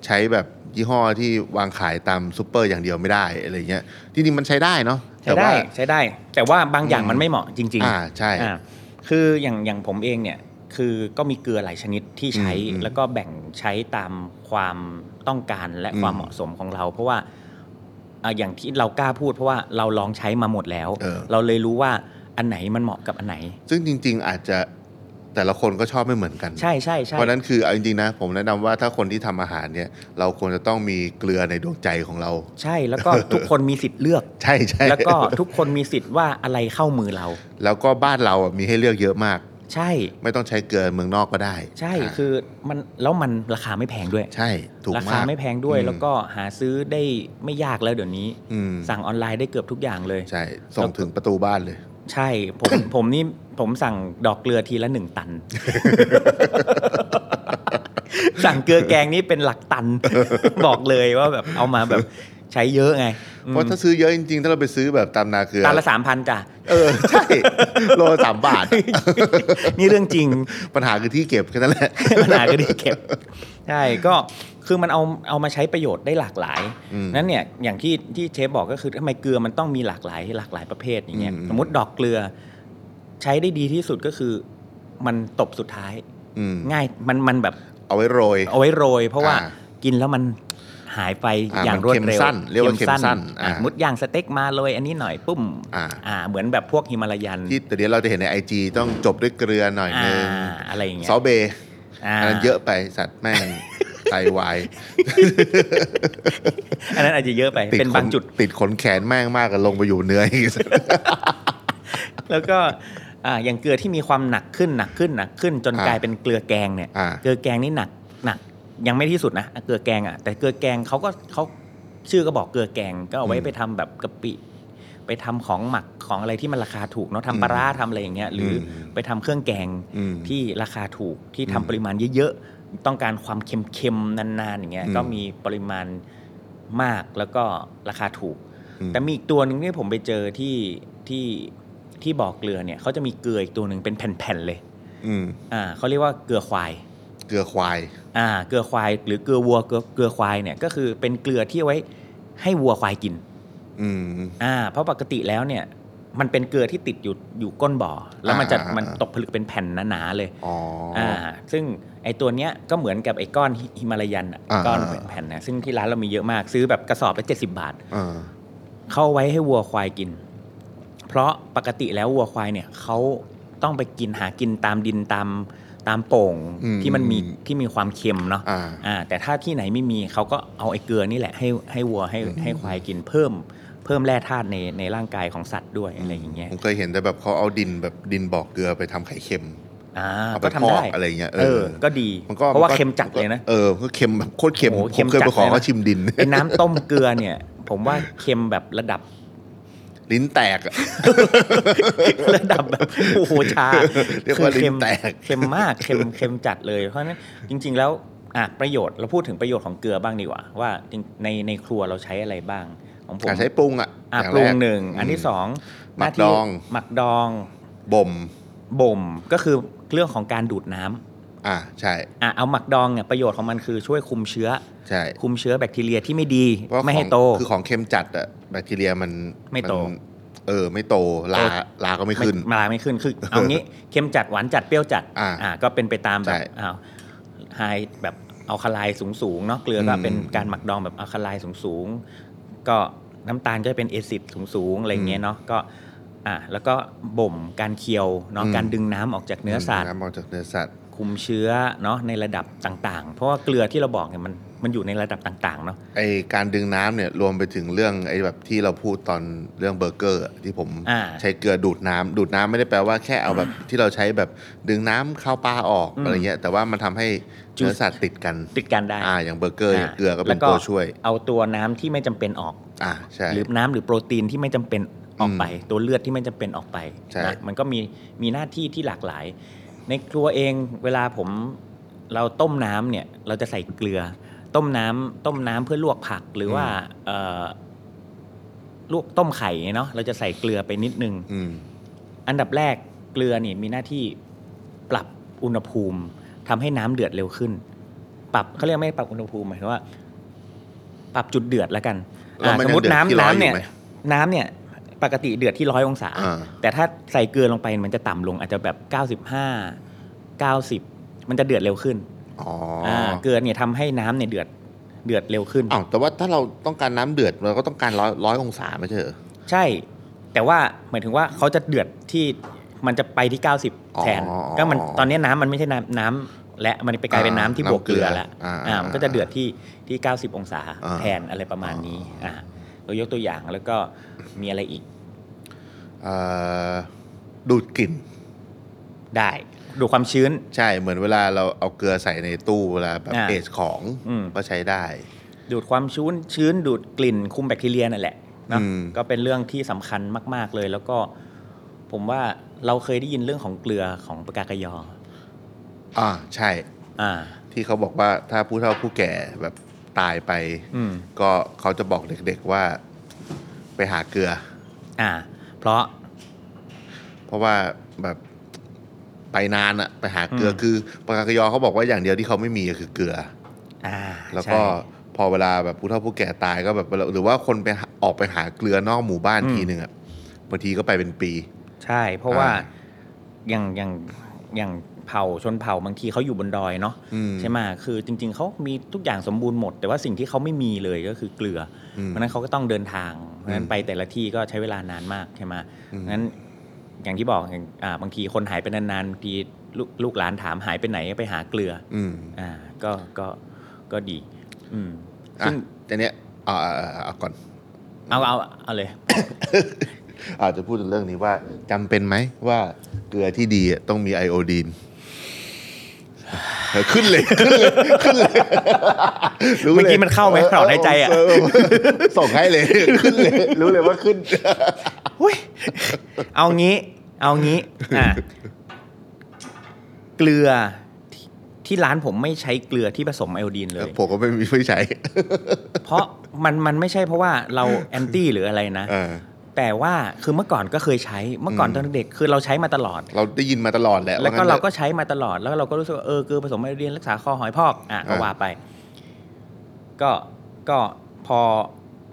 S2: ใช้แบบยี่ห้อที่วางขายตามซูเปอร์อย่างเดียวไม่ได้อะไรเงี้ยจริงๆมันใช้ได้เนาะ
S3: ใช้
S2: แต่ว่า
S3: ได้ใช้ได้ แต่ว่าบางอย่าง
S2: อืม
S3: มันไม่เหมาะจริง ๆ
S2: อ่าใช่
S3: อ่าคืออย่างอย่างผมเองเนี่ยคือก็มีเกลือหลายชนิดที่ใช้
S2: อืมอืม
S3: แล้วก็แบ่งใช้ตามความต้องการและ
S2: อืม
S3: ความเหมาะสมของเรา เพราะว่าอ่ะอย่างที่เรากล้าพูดเพราะว่าเราลองใช้มาหมดแล้ว
S2: เออ
S3: เราเลยรู้ว่าอันไหนมันเหมาะกับอันไหน
S2: ซึ่งจริง ๆ อาจจะแต่ละคนก็ชอบไม่เหมือนกัน
S3: ใช่ใช่ใช่
S2: เพราะฉะนั้นคือเอาจริงๆนะ ผมแนะนำว่าถ้าคนที่ทำอาหารเนี่ย เราควรจะต้องมีเกลือในดวงใจของเรา
S3: ใช่แล้วก็ ทุกคนมีสิทธิ์เลือก
S2: ใช่ใช่
S3: แล้วก็ทุกคนมีสิทธิ์ว่าอะไรเข้ามือเรา
S2: แล้วก็บ้านเราอ่ะมีให้เลือกเยอะมาก
S3: ใช่
S2: ไม่ต้องใช้เกลือเมืองนอกก็ได้
S3: ใช่
S2: อ่า
S3: คือมันแล้วมันราคาไม่แพงด้วย
S2: ใช่ถูกมาก
S3: ราคาไม่แพงด้วย
S2: อืม
S3: แล้วก็หาซื้อได้ไม่ยากแล้วเดี๋ยวนี้
S2: อืม
S3: สั่งออนไลน์ได้เกือบทุกอย่างเลย
S2: ใช่ส่งถึงประตูบ้านเลย
S3: ใช่ ผม ผมนี่ผมสั่งดอกเกลือทีละหนึ่ง ตัน สั่งเกลือแกงนี่เป็นหลักตั น บอกเลยว่าแบบเอามาแบบใช้เยอะไงอืม
S2: เพราะถ้าซื้อเยอะจริงๆ ถ้าเราไปซื้อแบบตามนาเกลือ
S3: ตันละสามพันจ้ะ
S2: เออ ใช่ โลสามบาท
S3: นี่เรื่องจริง
S2: ปัญหาคือที่เก็บแค่นั้นแหละ
S3: ปัญหาก็ดีเก็บใช่ก็คือมันเอาเอามาใช้ประโยชน์ได้หลากหลาย
S2: อืม
S3: นั้นเนี่ยอย่างที่ที่เชฟบอกก็คือทำไมเกลือมันต้องมีหลากหลายหลากหลายประเภทอย่างเงี้ย
S2: อืม
S3: สมมติดอกเกลือ ใช้ได้ดีที่สุดก็คือ มันตบสุดท้าย
S2: อืม
S3: ง่ายมันมันแบบ
S2: เอาไว้โรย
S3: เอาไว้โรย เพราะว่า
S2: อ่า
S3: กินแล้วมันหายไป
S2: อ่า
S3: อย่างรวดเร็ว
S2: มันเค็มสั้นเรียกว่าเค็มสั้น
S3: อ่ะ
S2: อ่า
S3: สมมุดย่างสเต็กมาโรยอันนี้หน่อยปุ้ม
S2: อ่า
S3: อ่า เหมือนแบบพวกฮิมาลายัน
S2: ที่แต่เดี๋ยวเราจะเห็นในไอจต้องจบด้วยเกลือหน่อย
S3: อ่า
S2: นึง
S3: อะไรอย่างเงี้ย
S2: ซอเบย์
S3: า
S2: อันนั้นเยอะไปสัตว์แม่ง ไตวาย
S3: อันนั้นอาจจะเยอะไป เป็นบางจุด
S2: ติดขนแขนแม่งมากกันลงไปอยู่เนื้อ อีก
S3: แล้วก็อ่าอย่างเกลือที่มีความหนักขึ้นหนักขึ้นหนักขึ้น จน
S2: อ่าก ก
S3: ลายเป็นเกลือแกงเนี่ย
S2: อ่า
S3: เกลือแกงนี่หนักหนักยังไม่ที่สุดนะอ่ะเกลือแกงอ่ะแต่เกลือแกงเขาก็เขาชื่อก็บอกเกลือแกงก็เอาไว้ไปทำแบบกะปิ ไปทำของหมักของอะไรที่มันราคาถูกเนาะทำปลาร้าทำอะไรอย่างเงี้ยหรืออไปทำเครื่องแกง
S2: อืม
S3: ที่ราคาถูกที่ทำปริมาณเยอะๆต้องการความเค็มๆนานๆอย่างเงี้ย
S2: อืม
S3: ก็มีปริมาณมากแล้วก็ราคาถูก
S2: อืม
S3: แต่มีอีกตัวหนึ่งที่ผมไปเจอที่ที่ที่บอกเกลือเนี่ยเขาจะมีเกลืออีกตัวหนึ่งเป็นแผ่นๆเลย
S2: อืม
S3: อ่าเขาเรียกว่าเกลือควาย
S2: เกลือควาย
S3: อ่า เกลือควาย หรือเกลือวัวเกลือเกลือควายเนี่ยก็คือเป็นเกลือที่เอาไว้ให้วัวควายกิน
S2: อืม
S3: อ่า เพราะปกติแล้วเนี่ยมันเป็นเกลือที่ติดอยู่อยู่ก้นบ่อ แล้วมันจะ
S2: อ่าอ่าอ่ามั
S3: มันตกผลึกเป็นแผ่นหนาๆเลย
S2: อ๋ออ
S3: อ่า ซึ่งไอตัวเนี้ยก็เหมือนกับไอก้อนฮิฮิมาลายันอะ
S2: อ่า
S3: ก้อน
S2: อ่า
S3: แผ่นๆนะซึ่งที่ร้านเรามีเยอะมากซื้อแบบกระสอบละเจ็ดสิบาท
S2: เออ
S3: เข้าไว้ให้วัวควายกิน เพราะปกติแล้ววัวควายเนี่ยเขาต้องไปกินหากินตามดินตามตามโป่งที่มันมีที่มีความเค็มเนาะ
S2: อ่า
S3: อ่า แต่ถ้าที่ไหนไม่มีเขาก็เอาไอ้เกลือนี่แหละให้ให้วัวให้ให้ควายกินเพิ่ม เพิ่มแร่ธาตุในในร่างกายของสัตว์ด้วยอะไรอย่างเงี้ย
S2: ผมเคยเห็นแต่แบบเขาเอาดินแบบดินบอกเกลือไปทำไข่เค็ม
S3: อ่า
S2: เอาไป
S3: ก็ทำ
S2: พอก
S3: ได้
S2: อะไรอย่างเงี้ยเออ
S3: เออ ก็ดี
S2: มันก็
S3: เพราะว่า
S2: ก็
S3: เค็มจัดเลยนะ
S2: เออก็เค็มแบบโคตรเค็ม
S3: โอ้โห
S2: ผ
S3: เค็ม
S2: มเคย
S3: จัด
S2: ไปขอ
S3: เลยนะ
S2: เขาชิมดิน
S3: ไอ้น้ำต้มเกลือเนี่ย ผมว่าเค็มแบบระดับ
S2: ลิ้นแตก อะ
S3: ระดับแบบโอ้โหชา
S2: เรียกว่า
S3: คือเค็ม
S2: ลิ้นแตก
S3: เค็มมากเค็มเค็มจัดเลย เพราะฉะนั้นจริง ๆ แล้ว อ่ะประโยชน์เราพูดถึงประโยชน์ของเกลือบ้างดีกว่า ว่าจริงในในครัวเราใช้อะไรบ้าง ของผม
S2: การใช้ปรุงอ่ะ
S3: อ่ะ
S2: อย่า
S3: ปรุง
S2: แก
S3: หนึ่งอันที่สอง
S2: หมัก
S3: น้าที่
S2: ดอง
S3: หมักดอง
S2: บ่ม
S3: บ่มก็คือเรื่องของการดูดน้ำ
S2: อ่าใช่
S3: อ่ะเอาหมักดองเนี่ยประโยชน์ของมันคือช่วยคุมเชื้อ
S2: ใช่
S3: คุมเชื้อแบคทีเรียที่ไม่ดี
S2: เพราะ
S3: ไม่ให้
S2: ของ
S3: โต
S2: คือของเค็มจัดอะแบคทีเรียมัน
S3: ไม่โต
S2: นเออ ไม่โตลาลาก็ไม่ขึ้น
S3: มาลาไม่ขึ้นคือ เอางี้เค็มจัดหวานจัดเปรี้ยวจัด
S2: อ่า
S3: ก็เป็นไปตามแบ
S2: ใช่
S3: บอ้าวไฮแบบอัลคาไลน์สูงๆเนาะเกลือก็
S2: อืม
S3: เป็นการหมักดองแบบอัลคาไลน์สูงๆก็น้ำตาลก็จะเป็นเอซิดสูงๆอะไรเงี้ยเนาะก็อ่าแล้วก็บ่มการเคียวเนาะ
S2: อืม
S3: การดึงน้ำออกจากเนื้อสัตว์
S2: น้ำออกจากเนื้อสัตว์
S3: คุมเชื้อเนาะในระดับต่างๆ เพราะว่าเกลือที่เราบอกเนี่ยมันมันอยู่ในระดับต่างๆเนาะ
S2: ไอการดึงน้ำเนี่ยรวมไปถึงเรื่องไอแบบที่เราพูดตอนเรื่องเบอร์เกอร์อะที่ผม
S3: อ่า
S2: ใช้เกลือดูดน้ำดูดน้ำไม่ได้แปลว่าแค่เอา แบบที่เราใช้แบบดึงน้ำเข้าปลาออก
S3: อืม
S2: อะไรเงี้ยแต่ว่ามันทำให้
S3: จุด
S2: เนื้อสัตว์ติดกัน
S3: ติดกันได้
S2: อ่าอย่างเบอร์เกอร์อย่างเกลือก็เป็
S3: แล้
S2: นตัวช่วย
S3: เอาตัวน้ำที่ไม่จำเป็นออก
S2: อ่าใช่
S3: หรือน้ำหรือโปรตีนที่ไม่จำเป็นออกไป ตัวเลือดที่ไม่จำเป็นออกไป
S2: ใช่
S3: นะมันก็มีมีหน้าที่ที่หลากหลาย ในครัวเองเวลาผมเราต้มน้ำเนี่ยเราจะใส่เกลือ ต้มน้ำต้มน้ำเพื่อลวกผักหรือว่าเอ่อลวกต้มไข่เนาะเราจะใส่เกลือไปนิดนึง
S2: อืม
S3: อันดับแรกเกลือนี่มีหน้าที่ปรับอุณหภูมิทำให้น้ำเดือดเร็วขึ้น ปรับเขาเรียกไม่ได้ปรับอุณหภูมิหมายถึงว่า ปรับจุดเดือดแล้วกัน
S2: แล้ว
S3: อ่ะ
S2: มัน
S3: สมมติ
S2: ยังเดือด
S3: น้ำ
S2: ที่ร้อย
S3: น้ำ
S2: อ
S3: เนี่ย
S2: ยู่ไหม
S3: น้ำเนี่ยปกติเดือดที่ร้อยองศา
S2: อ่า
S3: แต่ถ้าใส่เกลือลงไปมันจะต่ำลงอาจจะแบบ 95 90 มันจะเดือดเร็วขึ้น
S2: อ๋ออา
S3: เกลือเนี่ยทำให้น้ำเนี่ยเดือดเดือดเร็วขึ้น
S2: อ้าวแต่ว่าถ้าเราต้องการน้ำเดือดเราก็ต้องการร้อยร้อยองศาไม่ใช่เหรอ
S3: ใช่ แต่ว่าหมายถึงว่าเขาจะเดือดที่มันจะไปที่ 90 แทน
S2: อ๋อ
S3: ก็มันตอนนี้น้ำมันไม่ใช่น้ำน้ำและมันไปกลายเป็นน้ำที่
S2: น้ำ
S3: บวกเกลือแล้ว
S2: เกลืออ่า
S3: อ่ามันก็จะเดือดที่ที่ 90 องศา
S2: อ่า
S3: แทนอะไรประมาณนี้อ่าเรายกตัวอย่างแล้วก็มีอะไรอีก
S2: เอ่อดูดกลิ่น
S3: ได้ ดูความชื้น
S2: ใช่เหมือนเวลาเราเอาเกลือใส่ในตู้เวลาแบบ
S3: อ่า
S2: เอจของ
S3: อืม
S2: ก็ใช้ได้
S3: ดูดความชื้นชื้นดูดกลิ่นคุมแบคทีเรียนั่นแหละเนอะ
S2: อืม
S3: ก็เป็นเรื่องที่สำคัญมาก ๆเลย แล้วก็ผมว่าเราเคยได้ยินเรื่องของเกลือของปากากยอ
S2: อ่าใช่
S3: อ่า
S2: ที่เขาบอกว่าถ้าผู้เฒ่าผู้แก่แบบตายไป
S3: อืม
S2: ก็เขาจะบอกเด็กๆว่าไปหาเกลือ
S3: อ่า เพราะ
S2: เพราะว่าแบบไปนานอะไปหาเกลืออ
S3: ม
S2: คือปากากยอเขาบอกว่าอย่างเดียวที่เขาไม่มีก็คือเกลือ
S3: อ่า
S2: แล้วก็
S3: ใช่
S2: พอเวลาแบบผู้เฒ่าผู้แก่ตายก็แบบเวลาหรือว่าคนไปหาออกไปหาเกลือนอกหมู่บ้าน
S3: อืม
S2: ทีหนึ่งอะบางทีก็ไปเป็นปี
S3: ใช่ เพราะว่า
S2: อ่า
S3: อย่างอย่างอย่างเผ่าชนเผ่าบางทีเขาอยู่บนดอยเนาะ
S2: อืม
S3: ใช่ไหมคือจริง ๆเขามีทุกอย่างสมบูรณ์หมด แต่ว่าสิ่งที่เขาไม่มีเลยก็คือเกลืออ
S2: ม
S3: เพราะฉะนั้นเขาก็ต้องเดินทางเพราะฉะนั้นไปแต่ละที่ก็ใช้เวลานานมากใช่ไหม
S2: อืม
S3: เพราะฉะนั้นอย่างที่บอกอย่างอ่าบางทีคนหายไปนานๆบางทีลูกลูกหลานถามหายไปไหนก็ไปหาเกลือ
S2: อืม
S3: อ่าก็ก็ก็ดี อืม
S2: อ่ะ
S3: ซึ่ง
S2: แต่เนี้ยเอาเอาเอาเอาก่อน
S3: เอาเอาเอาเลย
S2: อาจจะพูดถึงเรื่องนี้ว่าจำเป็นไหมว่าเกลือที่ดีอะต้องมีไอโอดีน เออขึ้นเลย ขึ้นเลยขึ้นเลยรู้ลย
S3: เมื่อกี้มันเข้าไหมถอนหายใจอะ
S2: เเเออส่งให้เลย ขึ้นเลย รู้เลยว่าขึ้น
S3: หุ้ยเอางี้ เอางี้อ่ะเกลือที่ที่ร้านผมไม่ใช้เกลือที่ผสมไอโอดีนเลย
S2: ผมก็ไม่มีไฟใช้
S3: เพราะมันมันไม่ใช่เพราะว่าเราแอนตี้หรืออะไรนะ
S2: เออ
S3: แต่ว่าคือเมื่อก่อนก็เคยใช้เมื่อก่อน
S2: อืม
S3: ตอนเด็กคือเราใช้มาตลอด
S2: เราได้ยินมาตลอดแหละ
S3: แล้วก็
S2: งั้น
S3: เราก็
S2: ถอะ
S3: ใช้มาตลอดแล้วเราก็รู้สึกว่าเออเกลือผสมไอโอดีนรักษาคอหอยพอกอ่ะก็
S2: อ่า
S3: ว่าไป ก็ก็พอ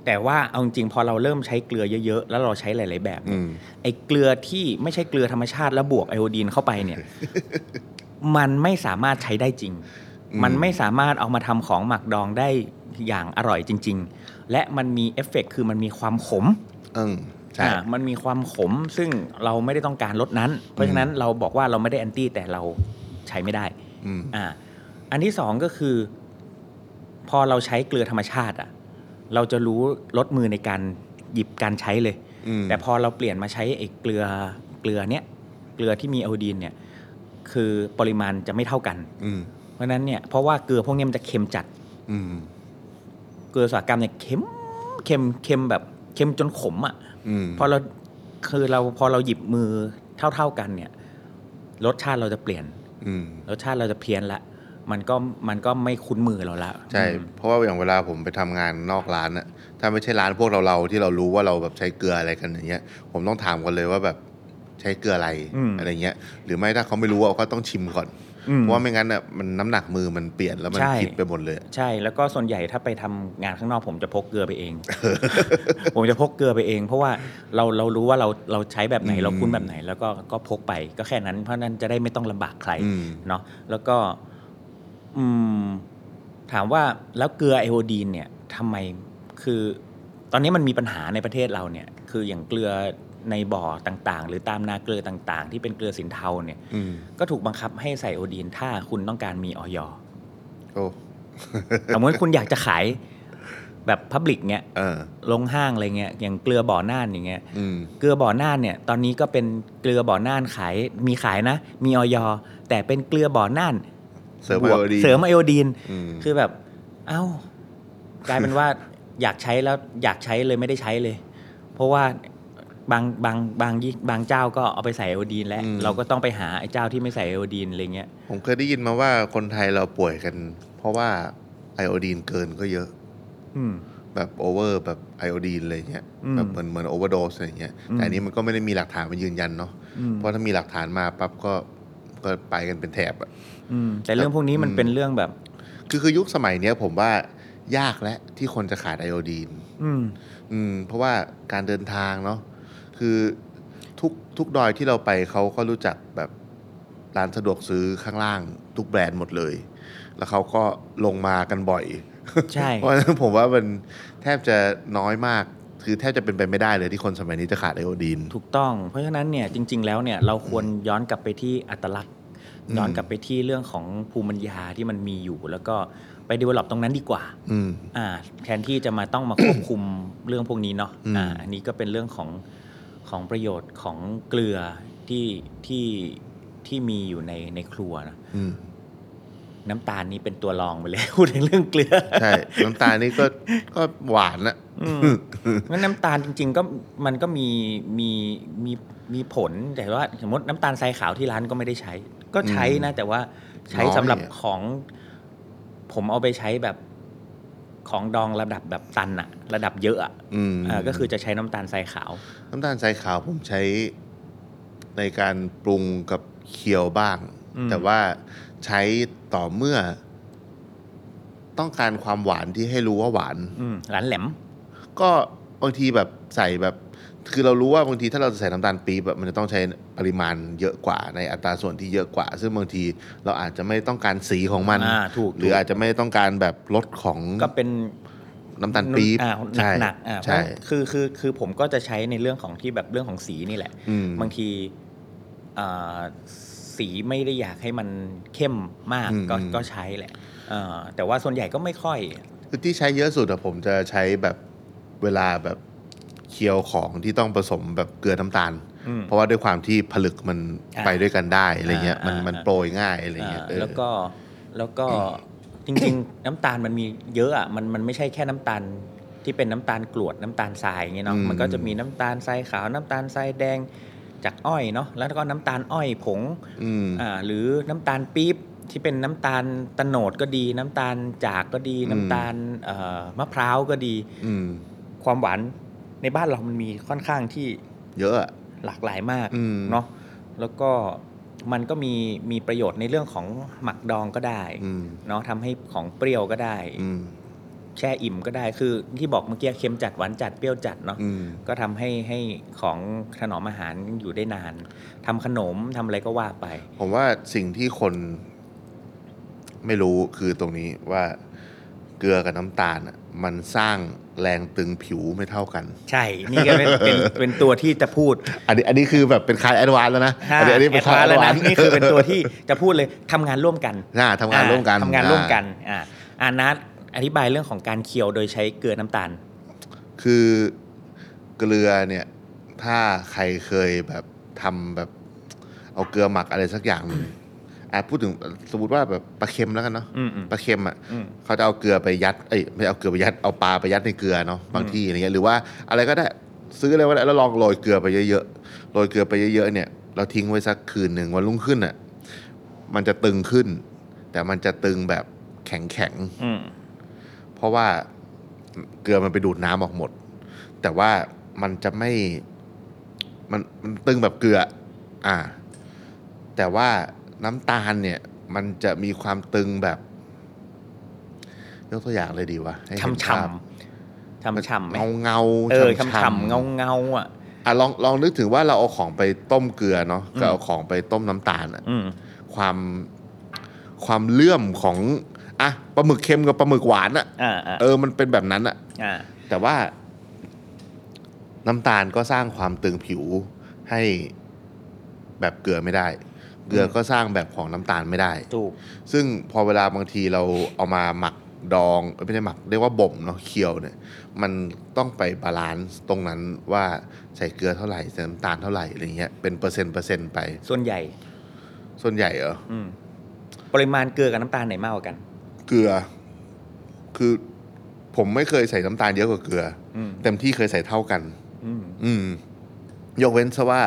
S3: แต่ว่าเอาจริงๆพอเราเริ่มใช้เกลือเยอะๆแล้วเราใช้หลายๆแบบเนี่
S2: อื
S3: ย
S2: ม
S3: ไอ้เกลือที่ไม่ใช่เกลือธรรมชาติแล้วบวกไอโอดีนเข้าไปเนี่ย มันไม่สามารถใช้ได้จริง
S2: อืม
S3: มันไม่สามารถเอามาทำของหมักดองได้อย่างอร่อยจริง ๆ และมันมีเอฟเฟกต์คือมันมีความขม
S2: เอิ่งใช่
S3: อ่ามันมีความขมซึ่งเราไม่ได้ต้องการลดนั้น เพราะฉะนั้นเราบอกว่าเราไม่ได้แอนตี้แต่เราใช้ไม่ได้
S2: อืม
S3: อ่า อันที่สองก็คือ พอเราใช้เกลือธรรมชาติอ่ะ เราจะรู้ลดมือในการหยิบการใช้เลย
S2: อืม
S3: แต่พอเราเปลี่ยนมาใช้ไอ้เกลือเกลือเนี้ยเกลือที่มีไอโอดีนเนี่ย คือปริมาณจะไม่เท่ากัน
S2: อืม
S3: เพราะฉะนั้นเนี่ยเพราะว่าเกลือพวกเนี้ยมันจะเค็มจัด
S2: อืม
S3: เกลืออุตสาหกรรมเนี่ยเค็มเค็มเค็มแบบเค็มจนขมอ่ะ
S2: อืม
S3: พอเราคือเราพอเราหยิบมือเท่าๆกันเนี่ย รสชาติเราจะเปลี่ยน
S2: อืม
S3: รสชาติเราจะเพี้ยนละ มันก็มันก็ไม่คุ้นมือเราละ
S2: ใช่ เพราะว่าอย่างเวลาผมไปทำงานนอกร้านอะถ้าไม่ใช่ร้านพวกเราเราๆที่เรารู้ว่าเราแบบใช้เกลืออะไรกันอย่างเงี้ย ผมต้องถามกันเลยว่าแบบใช้เกลืออะไรอะไรเงี้ย หรือไม่ถ้าเขาไม่รู้เราก็ต้องชิมก่อน
S3: อืม
S2: เพราะว่าไม่งั้นอะมันน้ำหนักมือมันเปลี่ยนแล้วมัน
S3: ใช่
S2: ผิดไปหมดเลย
S3: ใช่แล้วก็ส่วนใหญ่ถ้าไปทำงานข้างนอกผมจะพกเกลือไปเอง ผมจะพกเกลือไปเอง เพราะว่าเราเรารู้ว่าเราเราใช้แบบไหน
S2: อืม
S3: เราคุ้นแบบไหน แล้วก็ก็พกไปก็แค่นั้น เพราะนั้นจะได้ไม่ต้องลำบากใคร
S2: อืม
S3: เนาะแล้วก็อืมถามว่าแล้วเกลือไอโอดีนเนี่ยทำไมคือตอนนี้มันมีปัญหาในประเทศเราเนี่ย คืออย่างเกลือในบ่อต่างๆ หรือตามนาเกลือต่าง ๆ ที่เป็นเกลือสินเทาเนี่ย
S2: อืม
S3: ก็ถูกบังคับให้ใส่ไอโอดีนถ้าคุณต้องการมีออยอ
S2: โอ้
S3: สมมติคุณอยากจะขายแบบพับลิกเงี้ย
S2: เออ
S3: ลงห้างอะไรเงี้ยอย่างเกลือบ่อน่านอย่างเงี้ย
S2: อืม
S3: เกลือบ่อน่านเนี่ยตอนนี้ก็เป็นเกลือบ่อน่านขายมีขายนะ มีออยแต่เป็นเกลือบ่อน่าน
S2: เสริม
S3: บว
S2: ไอ
S3: ก
S2: โอดีน
S3: เสริมไอโอดีน
S2: อืม
S3: คือแบบ เอ้ากลายเป็นว่า อยากใช้แล้วอยากใช้เลยไม่ได้ใช้เลย เพราะว่าบางบางบางยี่บางเจ้าก็เอาไปใส่ไอโอดีนแล้ว เราก็ต้องไปหาไอ้เจ้าที่ไม่ใส่ไอโอดีนอะไรเงี้ย
S2: ผมเคยได้ยินมาว่าคนไทยเราป่วยกัน เพราะว่าไอโอดีนเกินก็เยอะ
S3: อืม
S2: แบบโอเวอร์แบบไอโอดีนอะไรเงี้ย
S3: อืม
S2: แบบเหมือนเหมือนโอเวอร์โดสอะไรเงี้ย
S3: อืม
S2: แต่อันนี้มันก็ไม่ได้มีหลักฐานมายืนยันเนาะ
S3: อืม
S2: เพราะถ้ามีหลักฐานมาปั๊บก็ก็ไปกันเป็นแถบอะ
S3: อืม แต่เรื่องพวกนี้มัน
S2: อืม
S3: เป็นเรื่องแบบ
S2: คือคือยุคสมัยเนี้ยผมว่ายากและที่คนจะขาดไอโอดีน
S3: อืม
S2: อืมเพราะว่าการเดินทางเนาะคือทุกทุกดอยที่เราไปเขาก็รู้จักแบบร้านสะดวกซื้อข้างล่างทุกแบรนด์หมดเลย แล้วเขาก็ลงมากันบ่อย
S3: ใช่
S2: เพราะฉะนั้นผมว่ามันแทบจะน้อยมาก คือแทบจะเป็นไปไม่ได้เลยที่คนสมัยนี้จะขาดไอโอดีน
S3: ถูกต้อง เพราะฉะนั้นเนี่ยจริง ๆ แล้วเนี่ยเราควรย้อนกลับไปที่อัตลักษณ์
S2: อืม
S3: ย้อนกลับไปที่เรื่องของภูมิปัญญาที่มันมีอยู่ แล้วก็ไปดีเวล็อตรงนั้นดีกว่า
S2: อืม
S3: อ่า แทนที่จะมาต้องมา ควบคุมเรื่องพวกนี้เนาะ
S2: อืม
S3: อ่าอันนี้ก็เป็นเรื่องของของประโยชน์ของเกลือที่ที่ที่มีอยู่ในในครัวนะ
S2: อืม
S3: น้ำตาลนี้เป็นตัวรองไปเลย พูดถึงเรื่องเกลือ
S2: ใช่ น้ำตาลนี่ก็ก็หวานอะ
S3: อืม งั้นน้ำตาลจริง ๆ ก็มันก็มีมีมีมีผลแต่ว่าสมมติน้ำตาลทรายขาวที่ร้านก็ไม่ได้ใช้ ก็ใช้นะ แต่ว่าใช้สำหรับของ ผมเอาไปใช้แบบของดองระดับแบบตันอะระดับเยอะอะ
S2: อืม
S3: อ่าก็คือจะใช้น้ำตาลทรายขาว
S2: น้ำตาลทรายขาวผมใช้ในการปรุงกับเคี่ยวบ้าง
S3: อืม
S2: แต่ว่าใช้ต่อเมื่อ ต้องการความหวานที่ให้รู้ว่าหวาน
S3: อืมร้านแหลม
S2: ก็บางทีแบบใส่แบบ คือเรารู้ว่าบางทีถ้าเราจะใส่น้ำตาลปี๊บแบบมันจะต้องใช้ปริมาณเยอะกว่าในอัตราส่วนที่เยอะกว่า ซึ่งบางทีเราอาจจะไม่ต้องการสีของมัน
S3: อ่าถูก
S2: หรือ
S3: ถูก
S2: อาจจะไม่ต้องการแบบรสของ
S3: ก็เป็น
S2: น้ำตาลปี๊บ
S3: อ่าหนั
S2: ใช่
S3: กหนักๆอ่าเพราะ
S2: ใช่
S3: คือคือคือผมก็จะใช้ในเรื่องของที่แบบเรื่องของสีนี่แหละ
S2: อืม
S3: บางทีอ่าสีไม่ได้อยากให้มันเข้มมาก
S2: อืม
S3: ก็
S2: อืม
S3: ก็ใช้แหละเอ่อแต่ว่าส่วนใหญ่ก็ไม่ค่อย
S2: คือที่ใช้เยอะสุดอะผมจะใช้แบบเวลาแบบเคี่ยวของที่ต้องผสมแบบเกลือน้ำตาล
S3: อืม
S2: เพราะว่าด้วยความที่ผลึกมัน
S3: อ่า
S2: ไปด้วยกันได้อะไรเงี้ย
S3: อ่ามั
S2: มันมัน
S3: อ่า
S2: โปรยง่ายอะไรเงี้ย
S3: อ่า
S2: เออ
S3: แล้วก็แล้ว ก็จริง ๆ น้ำตาลมันมีเยอะอ่ะมันมันไม่ใช่แค่น้ำตาลที่เป็นน้ำตาลกรวดน้ำตาลทรายอย่างเงี้ยเนาะ
S2: อืม
S3: มันก็จะมีน้ำตาลทรายขาวน้ำตาลทรายแดงจากอ้อยเนาะแล้วก็น้ำตาลอ้อยผง
S2: อืม
S3: อ่าหรือน้ำตาลปี๊บที่เป็นน้ำตาลตะโนดก็ดี น้ำตาลจากก็ดี
S2: อืม
S3: น้ำตาลเอ่อมะพร้าวก็ดี
S2: อืม
S3: ความหวานในบ้านเรามันมีค่อนข้างที่
S2: เยอะอะ
S3: หลากหลายมาก
S2: อืม
S3: เนาะแล้วก็มันก็มีมีประโยชน์ในเรื่องของหมักดองก็ได้
S2: อืม
S3: เนาะทำให้ของเปรี้ยวก็ได้
S2: อืม
S3: แช่อิ่มก็ได้คือที่บอกเมื่อกี้เค็มจัดหวานจัดเปรี้ยวจัดเนาะ
S2: อืม
S3: ก็ทำให้ให้ของถนอมอาหารอยู่ได้นานทำขนมทำอะไรก็ว่าไป
S2: ผมว่าสิ่งที่คนไม่รู้คือตรงนี้ว่าเกลือกับน้ำตาลอะมันสร้างแรงตึงผิวไม่เท่ากัน
S3: ใช่ นี่ก็เป็น เป็นเป็นตัวที่จะพูด
S2: อันนี้อันนี้คือแบบเป็นคลายแอดวานแล้วนะอันนี้อันนี้เป็นคลายแอด
S3: แล้ว
S2: วา
S3: นะ
S2: น
S3: นี่คือเป็นตัวที่จะพูดเลยทำงานร่วมกัน
S2: น่าทำงานร่วมกัน
S3: อ่ทำงานร่วมกันอ่าอานัทอธิบายเรื่องของการเคี่ยวโดยใช้เกลือน้ำตาล
S2: คือเกลือเนี่ย ถ้าใครเคยแบบทำแบบ เอาเกลือหมักอะไรสักอย่างหนึ่งอ่ะพูดถึงสมมติว่าแบบปลาเค็มแล้วกันเนาะ
S3: อืมอืม
S2: ปลาเค็มอ่ะ
S3: อืม
S2: เขาจะเอาเกลือไปยัด เอ้ยไม่เอาเกลือไปยัด เอาปลาไปยัดในเกลือเนาะบางที่อะไรเงี้ย หรือว่าอะไรก็ได้ซื้ออะไรก็ได้แล้วลองโรยเกลือไปเยอะๆ โรยเกลือไปเยอะๆเนี่ย เราทิ้งไว้สักคืนหนึ่งวันรุ่งขึ้นอ่ะ มันจะตึงขึ้น แต่มันจะตึงแบบแข็งแข็ง
S3: อืม
S2: ๆเพราะว่าเกลือมันไปดูดน้ำออกหมด แต่ว่ามันจะไม่มันมันตึงแบบเกลือ อ่า แต่ว่าน้ำตาลเนี่ย มันจะมีความตึงแบบ ยกตัวอย่างเลยดีวะให้เห็น
S3: ช่ำ
S2: ภาพ
S3: ช่ำช่ำช่ำๆไหม
S2: เงาเงา
S3: เออช่ำ
S2: ฉ่ำ
S3: ช่ำเงาเงาๆอ่ะ
S2: อ่ะลองลองนึกถึงว่าเราเอาของไปต้มเกลือเนาะ
S3: อืม
S2: กับเอาของไปต้มน้ำตาลอะ
S3: อืม
S2: ความความเลื่อมของอ่ะปลาหมึกเค็มกับปลาหมึกหวานอะ
S3: อ่าอ่า
S2: เออมันเป็นแบบนั้นอะ
S3: อ่า
S2: แต่ว่าน้ำตาลก็สร้างความตึงผิวให้แบบเกลือไม่ได้ เกลือก็สร้างแบบของน้ำตาลไม่ได้
S3: ถูก
S2: ซึ่งพอเวลาบางทีเราเอามาหมักดองเอ้ยไม่ได้หมักเรียกว่าบ่มเนาะเคี่ยวเนี่ย มันต้องไปบาลานซ์ตรงนั้นว่าใส่เกลือเท่าไหร่ใส่น้ำตาลเท่าไหร่อะไรเงี้ยเป็นเปอร์เซ็นต์เปอร์เซ็นต์ไป
S3: ส่วนใหญ่
S2: ส่วนใหญ่เหรอ
S3: อืมปริมาณเกลือกับน้ำตาลไหนมากกว่ากัน
S2: เกลือ คือผมไม่เคยใส่น้ำตาลเยอะกว่าเกลือ
S3: อืม
S2: เต็มที่เคยใส่เท่ากัน
S3: อืม
S2: อืม ยกเว้นซะว่า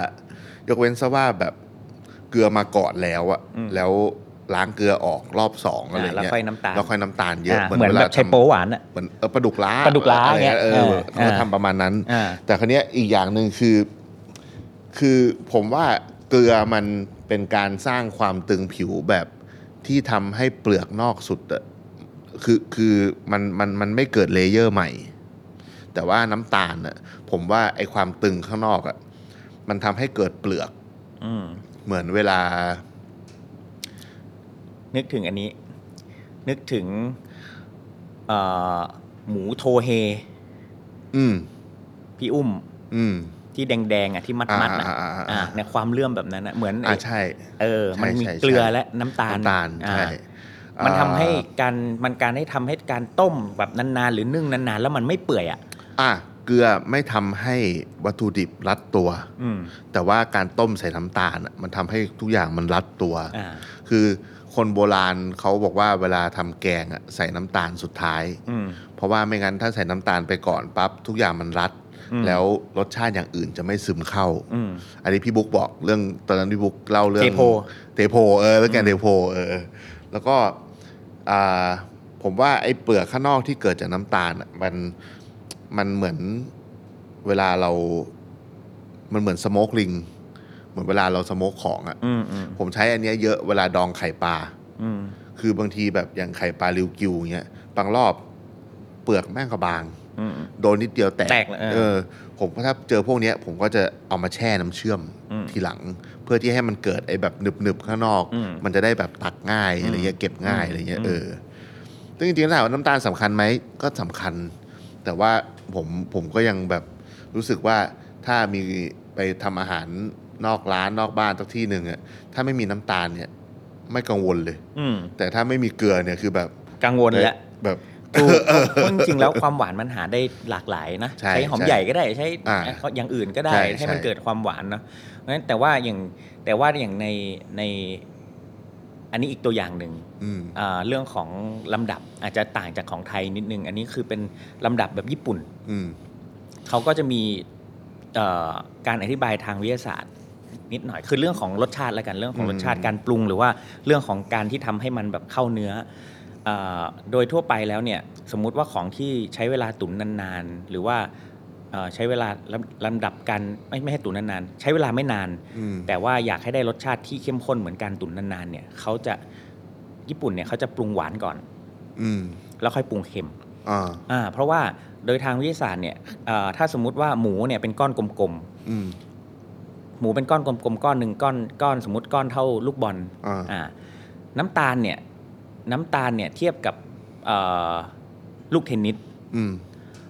S2: ยกเว้นซะว่าแบบเกลือมาก่อนแล้วอะแล้วล้างเกลือออกรอบสองอะไร
S3: อ่าแล้ว
S2: เงี้ย
S3: ค่อยน้ำตาล
S2: แล้วค่อยน้ำตาลเยอะ
S3: าเหมือนแบ
S2: ว
S3: บ
S2: ลา
S3: ใช้
S2: ทำ
S3: โป๊หวานอ่ะ
S2: เหมือนเออปลาดุกล้า
S3: ปลาดุกล้า
S2: อะไรเงี้ย
S3: เงี้ย
S2: เออ
S3: เออ
S2: เขา
S3: อ่า
S2: ทำประมาณนั้น
S3: อ่า
S2: แต่ครั้นี้ยอีกอย่างหนึ่งคือ คือผมว่าเกลือมันเป็นการสร้างความตึงผิวแบบที่ทำให้เปลือกนอกสุดอะคือคือมันมันมันไม่เกิดเลเยอร์ใหม่ แต่ว่าน้ำตาลน่ะผมว่าไอความตึงข้างนอกอะมันทำให้เกิดเปลือก
S3: อืม
S2: เหมือนเวลา
S3: นึกถึงอันนี้ นึกถึงเอ่อหมูโทเฮ
S2: อืม
S3: พี่อุ้ม
S2: อืม
S3: ที่แดงๆอ่ะที่มัดมัดๆอ่ะ
S2: อ่าอ่าอ่าอ่า
S3: อ่ะในความเลื่อมแบบนั้นอ่ะเหมือน
S2: อ่า
S3: ไอ้
S2: ใช่
S3: เออ
S2: ใช่
S3: มันมี
S2: ใช่ใช่
S3: เกลือและน้ำตาล
S2: น้ำตาล
S3: อ่ะ
S2: ใช่
S3: มันทำให้
S2: อ่า
S3: การมันการให้ทำให้การต้มแบบนานๆ หรือนึ่งนานๆ แล้วมันไม่เปื่อยอ่ะ
S2: อ่ะเกลือไม่ทำให้วัตถุดิบรัดตัว
S3: อืม
S2: แต่ว่าการต้มใส่น้ำตาลน่ะมันทำให้ทุกอย่างมันรัดตัว
S3: อ่า
S2: คือคนโบราณเขาบอกว่าเวลาทำแกงอ่ะใส่น้ำตาลสุดท้าย
S3: อืม
S2: เพราะว่าไม่งั้นถ้าใส่น้ำตาลไปก่อนปั๊บทุกอย่างมันรัด
S3: อืม
S2: แล้วรสชาติอย่างอื่นจะไม่ซึมเข้า
S3: อืม
S2: อันนี้พี่บุ๊กบอกเรื่องตอนนั้นพี่บุ๊กเล่าเรื่อง
S3: เทโพ
S2: เทโพเออเรื่องแกนเทโพเออ แล้วก็อ่าผมว่าไอ้เปลือกข้างนอกที่เกิดจากน้ำตาลอะมันมันเหมือนเวลาเรา มันเหมือนสโมกลิง เหมือนเวลาเราสโมกของอะ่ะ
S3: อืมอืม
S2: ผมใช้อันเนี้ยเยอะเวลาดองไข่ปลา
S3: อืม
S2: คือบางทีแบบอย่างไข่ปลาริวกิวเงี้ยบางรอบเปลือกแม่งก็บาง
S3: อืม
S2: โดนนิดเดียวแตก
S3: แตกเลยเออ
S2: เออ ผมก็ถ้าเจอพวกเนี้ย ผมก็จะเอามาแช่น้ำเชื่อม
S3: อืม
S2: ทีหลัง เพื่อที่ให้มันเกิดไอ้แบบหนึบๆข้างนอก
S3: อืม
S2: มันจะได้แบบตักง่าย
S3: อืม
S2: อะไรเงี้ยเก็บง่าย
S3: อืม
S2: อะไรเงี้ย
S3: อืม
S2: เออซึ่งจริงๆแล้วถามว่าน้ำตาลสำคัญไหมก็สำคัญ แต่ว่าผมผมก็ยังแบบรู้สึกว่าถ้ามีไปทำอาหารนอกร้านนอกบ้านสักที่หนึ่งอะถ้าไม่มีน้ำตาลเนี่ย ไม่กังวลเลย
S3: อืม
S2: แต่ถ้าไม่มีเกลือเนี่ยคือแบบ
S3: กังวลแล้ว
S2: แบบ
S3: ถูกเพราะจริงๆแล้วความหวานมันหาได้หลากหลายนะ
S2: ใช่
S3: หอมใหญ่ก็ได้ใช้
S2: อ่า
S3: อย่างอื่นก็ได้
S2: ใช่
S3: ให้มัน
S2: ใช่
S3: เกิดความหวานเนาะเพราะฉะนั้นแต่ว่าอย่างแต่ว่าอย่างในในอันนี้อีกตัวอย่างหนึ่ง
S2: อืม
S3: อ่าเรื่องของลำดับอาจจะต่างจากของไทยนิดนึง อันนี้คือเป็นลำดับแบบญี่ปุ่น
S2: อืม
S3: เขาก็จะมีเอ่อการอธิบายทางวิทยาศาสตร์ นิดหน่อยคือเรื่องของรสชาติแล้วกันเรื่องของรสชาติ
S2: อืม
S3: การปรุง หรือว่าเรื่องของการที่ทำให้มันแบบเข้าเนื้อเออโดยทั่วไปแล้วเนี่ยสมมุติว่าของที่ใช้เวลาตุ๋นนานๆ หรือว่าเอ่อใช้เวลาลำลำดับการไม่ไม่ให้ตุ๋นนานๆ ใช้เวลาไม่นาน
S2: อืม
S3: แต่ว่าอยากให้ได้รสชาติที่เข้มข้นเหมือนการตุ๋นนานๆเนี่ยเขาจะญี่ปุ่นเนี่ยเขาจะปรุงหวานก่อน
S2: อืม
S3: แล้วค่อยปรุงเค็ม
S2: อ่า
S3: อ่าเพราะว่าโดยทางวิทยาศาสตร์เนี่ยเอ่อถ้าสมมุติว่าหมูเนี่ยเป็นก้อนกลม
S2: อืม
S3: ๆ หมูเป็นก้อนกลมๆ ก้อนหนึ่งก้อนก้อนสมมติก้อนเท่าลูกบอล
S2: อ่า
S3: อ่าน้ำตาลเนี่ยน้ำตาลเนี่ยเทียบกับเอ่อลูกเทนนิส
S2: อืม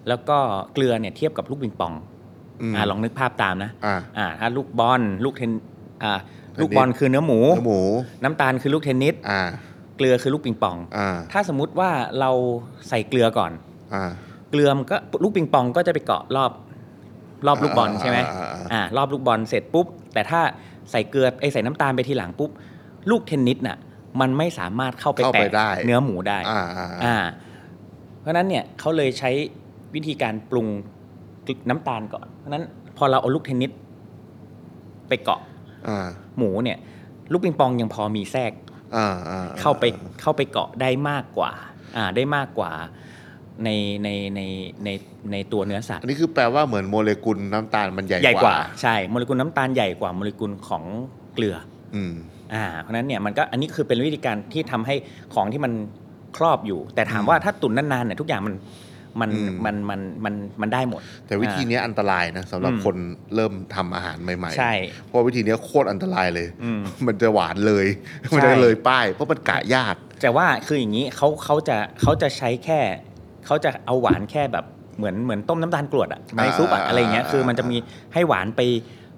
S3: แล้วก็เกลือเนี่ยเทียบกับลูกปิงปอง
S2: อืม
S3: อ่าลองนึกภาพตามนะ
S2: อ่า
S3: อ่าถ้าลูกบอลลูกเทนอ่า
S2: เทนนิส
S3: ลูกบอลคือเนื้อหมู
S2: เนื้อหมู
S3: น้ำตาลคือลูกเทนนิส
S2: อ่า
S3: เกลือคือลูกปิงปอง
S2: อ่า
S3: ถ้าสมมุติว่าเราใส่เกลือก่อน
S2: อ่า
S3: เกลือมันก็ลูกปิงปองก็จะไปเกาะรอบรอบลูกบอลใช่ไหม
S2: อ่าอ่าอ่า
S3: อ่ารอบลูกบอลเสร็จปุ๊บ แต่ถ้าใส่เกลือไอยใส่น้ำตาลไปทีหลังปุ๊บ ลูกเทนนิสน่ะ มันไม่สามารถเข้าไป
S2: เข้าไป
S3: แตะ
S2: ได้
S3: เนื้อหมูได้
S2: อ่า อ่า อ่า
S3: อ่า เพราะฉะนั้นเนี่ยเขาเลยใช้วิธีการปรุงน้ำตาลก่อนเพราะฉะนั้นพอเราเอาลูกเทนนิสไปเกาะ
S2: อ่า
S3: หมูเนี่ย ลูกปิงปองยังพอมีแทรก
S2: อ่าอ่อ่
S3: เข้าไปเข้าไปเกาะได้มากกว่า อ่าได้มากกว่าในในในในในตัวเนื้อสัต
S2: อั
S3: ว์
S2: นนี้คือแปลว่าเหมือนโมเลกุลน้ำตาลมันใหญ่
S3: ใหญ่กว่าใช่โมเลกุลน้ำตาลใหญ่กว่าโมเลกุลของเกลือ
S2: อืม
S3: อ่าเพราะฉะนั้นเนี่ยมันก็อันนี้คือเป็นวิธีการที่ทำให้ของที่มันครอบอยู่ แต่ถามว่าถ้าตุนนานๆเนี่ยทุกอย่างมันมัน
S2: อืม
S3: มันมันมันมันได้หมด
S2: แต่วิธีเนี้ยอันตรายนะสำหรับ
S3: อืม
S2: คนเริ่มทำอาหารใหม่ๆ
S3: ใช่
S2: เพราะวิธีเนี้ยโคตรอันตรายเลย
S3: อืม
S2: มันจะหวานเลย มันจะเลยป้าย เพราะมันกะยาก
S3: แต่ว่าคืออย่างนี้เขาเขาจะเขาจะใช้แค่เขาจะเอาหวานแค่แบบเหมือนเหมือนต้มน้ำตาลกรวดอะในซุปอะ
S2: อ่า
S3: อะไรอย่างเงี้ย
S2: อ่า
S3: คือมันจะมีให้หวานไป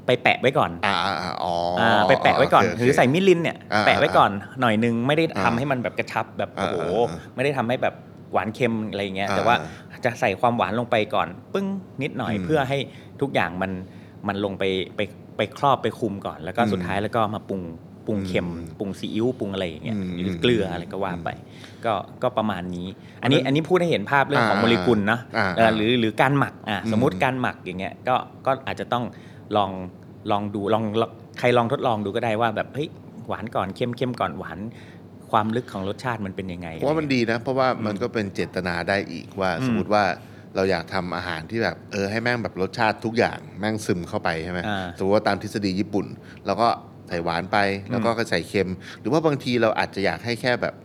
S3: ไปแปะไว้ก่อน
S2: อ่าอ่าอ่าอ๋ออ่
S3: าไปแปะไว้ก่อน
S2: โเค
S3: หรือใส่
S2: โเค
S3: มิลลินเนี่ย
S2: อ่า
S3: แปะไว้ก่อนหน่อยนึงไม่ได้ทำ
S2: อ่า
S3: ให้มันแบบกระชับแบบโอ้
S2: อ่า
S3: โห
S2: อ่า
S3: ไม่ได้ทำให้แบบหวานเค็มอะไรอย่างเงี้ย
S2: อ่า
S3: แต่ว่าจะใส่ความหวานลงไปก่อน ปึ้งนิดหน่อย
S2: อืม
S3: เพื่อให้ทุกอย่างมันมันลงไปไปไปครอบไปคุมก่อน แล้วก็สุด
S2: อืม
S3: ท้ายแล้วก็มาปรุงปรุงเค็ม
S2: อืม
S3: ปรุงซีอิ๊วปรุงอะไรอย่างเงี้ย
S2: อืม
S3: หรือเกลืออะไรก็ว่าไป ก็ก็ประมาณนี้ อันนี้
S2: เพราะฉะนั้น
S3: อันนี้พูดให้เห็นภาพเรื่องของ
S2: อ่า
S3: โมเลกุลนะ
S2: อ่า
S3: เออหรือหรือการหมักอ่ะ
S2: อืม
S3: สมมติการหมักอย่างเงี้ยก็ก็อาจจะต้องลองลองดูลองลองใครลองทดลองดูก็ได้ว่าแบบเฮ้ยหวานก่อนเค็มเค็มก่อนหวาน ความลึกของรสชาติมันเป็นยังไง
S2: เพราะว่ามันดีนะ เพราะว่ามันก็เป็นเจตนาได้อีกว่า
S3: อืม
S2: สมมติว่าเราอยากทำอาหารที่แบบเออให้แม่งแบบรสชาติทุกอย่างแม่งซึมเข้าไปใช่ไหม
S3: อ่า
S2: สมมติว่าตามทฤษฎีญี่ปุ่นเราก็ใส่หวานไปแล้วก็ใส่เค็ม หรือว่าบางทีเราอาจจะอยากให้แค่แบบ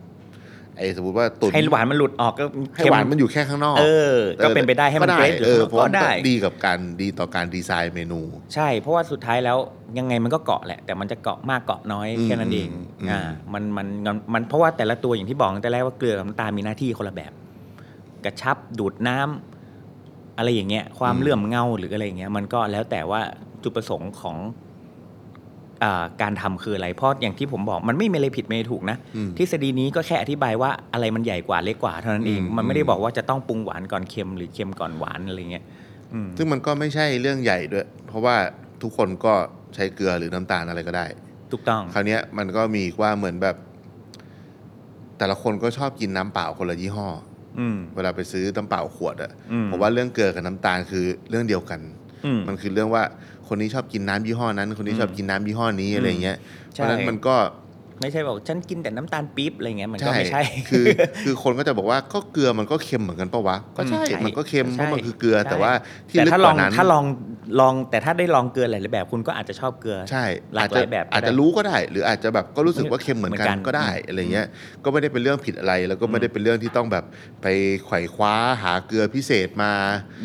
S2: ไอ้สมมติว่าตุ๋น
S3: ให้หวานมันหลุดออกก็
S2: ให้
S3: เค็
S2: หวานมันอยู่แค่ข้างนอก
S3: เออ ก็เป็นไปได้ให้มันเกรดหรื
S2: เอ
S3: อ
S2: อ
S3: ข้างน
S2: เพ
S3: อ
S2: ราะ
S3: ก
S2: ว่ามั
S3: ก็
S2: น
S3: ได้
S2: ก็ดีกับการดีต่อการดีไซน์เมนู
S3: ใช่ เพราะว่าสุดท้ายแล้วยังไงมันก็เกาะแหละ แต่มันจะเกาะมากเกาะน้อย
S2: อืม
S3: แค่นั้นเอง
S2: อืม
S3: อ่ามันมันมันมันเพราะว่าแต่ละตัวอย่างที่บอกตั้งแต่แรกว่าเกลือกับน้ำตาลมีหน้าที่คนละแบบ กระชับดูดน้ำอะไรอย่างเงี้ย ความเหลื่อมเงาหรืออะไรอย่างเงี้ย มันก็แล้วแต่ว่าจุดประสงค์ของอ่าการทำคืออะไรเพราะอย่างที่ผมบอก มันไม่มีอะไรผิดไม่มีถูกนะ
S2: อืม
S3: ทฤษฎีนี้ก็แค่อธิบายว่าอะไรมันใหญ่กว่าเล็กกว่าเท่านั้นเอง
S2: อืม
S3: มันไม่ได้บอกว่าจะต้องปรุงหวานก่อนเค็มหรือเค็มก่อนหวานอะไรเงี้ยอืม
S2: ซึ่งมันก็ไม่ใช่เรื่องใหญ่ด้วย เพราะว่าทุกคนก็ใช้เกลือหรือน้ำตาลอะไรก็ได้
S3: ถูกต้อง
S2: คราวเนี้ยมันก็มีว่าเหมือนแบบ แต่ละคนก็ชอบกินน้ำเปล่าคนละยี่ห้อ
S3: อืม
S2: เวลาไปซื้อน้ำเปล่าขวดอะ
S3: อืม
S2: ผมว่าเรื่องเกลือกับน้ำตาลคือเรื่องเดียวกัน
S3: อืม
S2: มันคือเรื่องว่าคนนี้ชอบกินน้ำยี่ห้อนั้น คนนี้ชอบกินน้ำยี่ห้อนี้อะไรเงี้ยเพ
S3: ใช่
S2: ราะฉะนั้นมันก็
S3: ไม่ใช่บอกฉันกินแต่น้ำตาลปี๊บอะไรเงี้ยมันก็ไม่ใช่
S2: คือคือคนก็จะบอกว่าก็เกลือมันก็เค็มเหมือนกันปะวะ ก็ใช่
S3: อืมใช่
S2: มันก็เค็ม
S3: ใช่
S2: เพราะมันคือเกลือ
S3: ใช่
S2: แต่ว่าที่
S3: แต่
S2: ลึก
S3: ถ้าก ลอ
S2: ว่าง นั้น
S3: ถ้าลองลองแต่ถ้าได้ลองเกลือหลายๆแบบ คุณก็อาจจะชอบเกลือ
S2: ใช่
S3: หลากหลายแบบก็ได้
S2: อาจจะรู้ก็ได้ หรืออาจจะแบบก็รู้สึกว่าเค็มเหมือนกั
S3: เหมือน
S2: น
S3: กัน
S2: ก็ได้อะไรเงี้ยก็ไม่ได้เป็นเรื่องผิดอะไร แล้วก็
S3: อื
S2: ไม่
S3: ม
S2: ได้เป็นเรื่องที่ต้องแบบไปไขว่คว้าหาเกลือพิเศษมา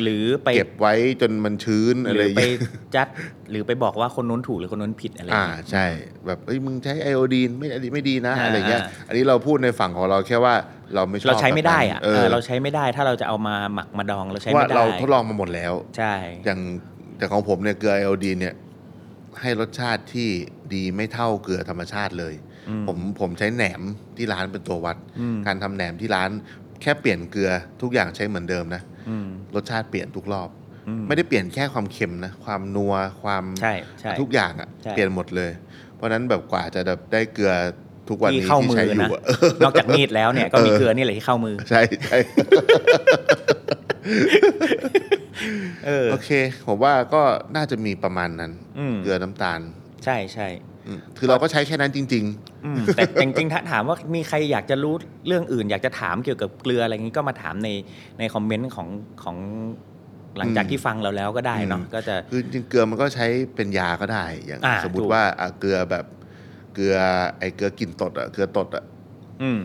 S3: หรือไป
S2: เก็บไว้จนมันชื้นอะ
S3: ห
S2: ไร
S3: รือไป
S2: เงี้ย
S3: จัดหรือไปบอกว่าคนนู้นถูกหรือคนนู้นผิดอะไร
S2: อ่า
S3: เงี้ย
S2: ใช่ แบบเอ้ยมึงใช้ไอโอดีนไม่ดีไม่ดีนะ
S3: อ่า
S2: อะไรเงี้ย
S3: อ่า
S2: อันนี้เราพูดในฝั่งของเราแค่ว่าเราไม่ชอบ
S3: เราใช้ไม่ได้อะ
S2: แบบนั้น
S3: เอ
S2: เอ
S3: อ
S2: อ
S3: เราใช้ไม่ได้ถ้าเราจะเอามาหมักมาดองเราใช้
S2: ว่า
S3: ไม่ได้
S2: เราทดลองมาหมดแล้ว
S3: ใช่
S2: อย่างแต่ของผมเนี่ยเกลือไอโอดีนเนี่ยให้รสชาติที่ดีไม่เท่าเกลือธรรมชาติเลย
S3: อืม
S2: ผมผมใช้แหนมที่ร้านเป็นตัววัด
S3: อืม
S2: การทำแหนมที่ร้านแค่เปลี่ยนเกลือทุกอย่างใช้เหมือนเดิมนะ
S3: อืม
S2: รสชาติเปลี่ยนทุกรอบ
S3: อื
S2: ไม่ได้เปลี่ยนแค่ความเค็มนะ ความนัวความ
S3: ใช่ใช่
S2: ทุกอย่างอะ่ะ
S3: ใช่
S2: เปลี่ยนหมดเลย เพราะฉะนั้นแบบกว่าจะแบบได้เกลือทุกวัน
S3: ที่
S2: นี้
S3: เข้า
S2: ที่
S3: มื
S2: ใช้
S3: อ
S2: อยู่
S3: นะ
S2: อะ
S3: นอกจากมีดแล้วเนี่ยก็มีเกลือนี่แหละที่เข้ามือ
S2: ใช่ใช่
S3: เออ
S2: โอเค ผมว่าก็น่าจะมีประมาณนั้น
S3: อืม
S2: เกลือน้ำตาล
S3: ใช่ใช่
S2: อืมคือเราก็ใช้แค่นั้นจริง
S3: อืมแต่แต่จริงๆถ้าถามว่ามีใครอยากจะรู้เรื่องอื่น อยากจะถามเกี่ยวกับเกลืออะไรอย่างนี้ก็มาถามในในคอมเมนต์ของของหลังจากที่ฟังเราแล้วก็ได้เนาะ
S2: อืม
S3: ก็จะ
S2: ๆ คือจริงๆเกลือมันก็ใช้เป็นยาก็ได้ อย่าง
S3: อ่า
S2: สมม
S3: ถู
S2: ติ
S3: ก
S2: ว่าอ่ะเกลือแบบเกลือไอเกลือกลิ่นตดอะเกลือตดอะ
S3: อืม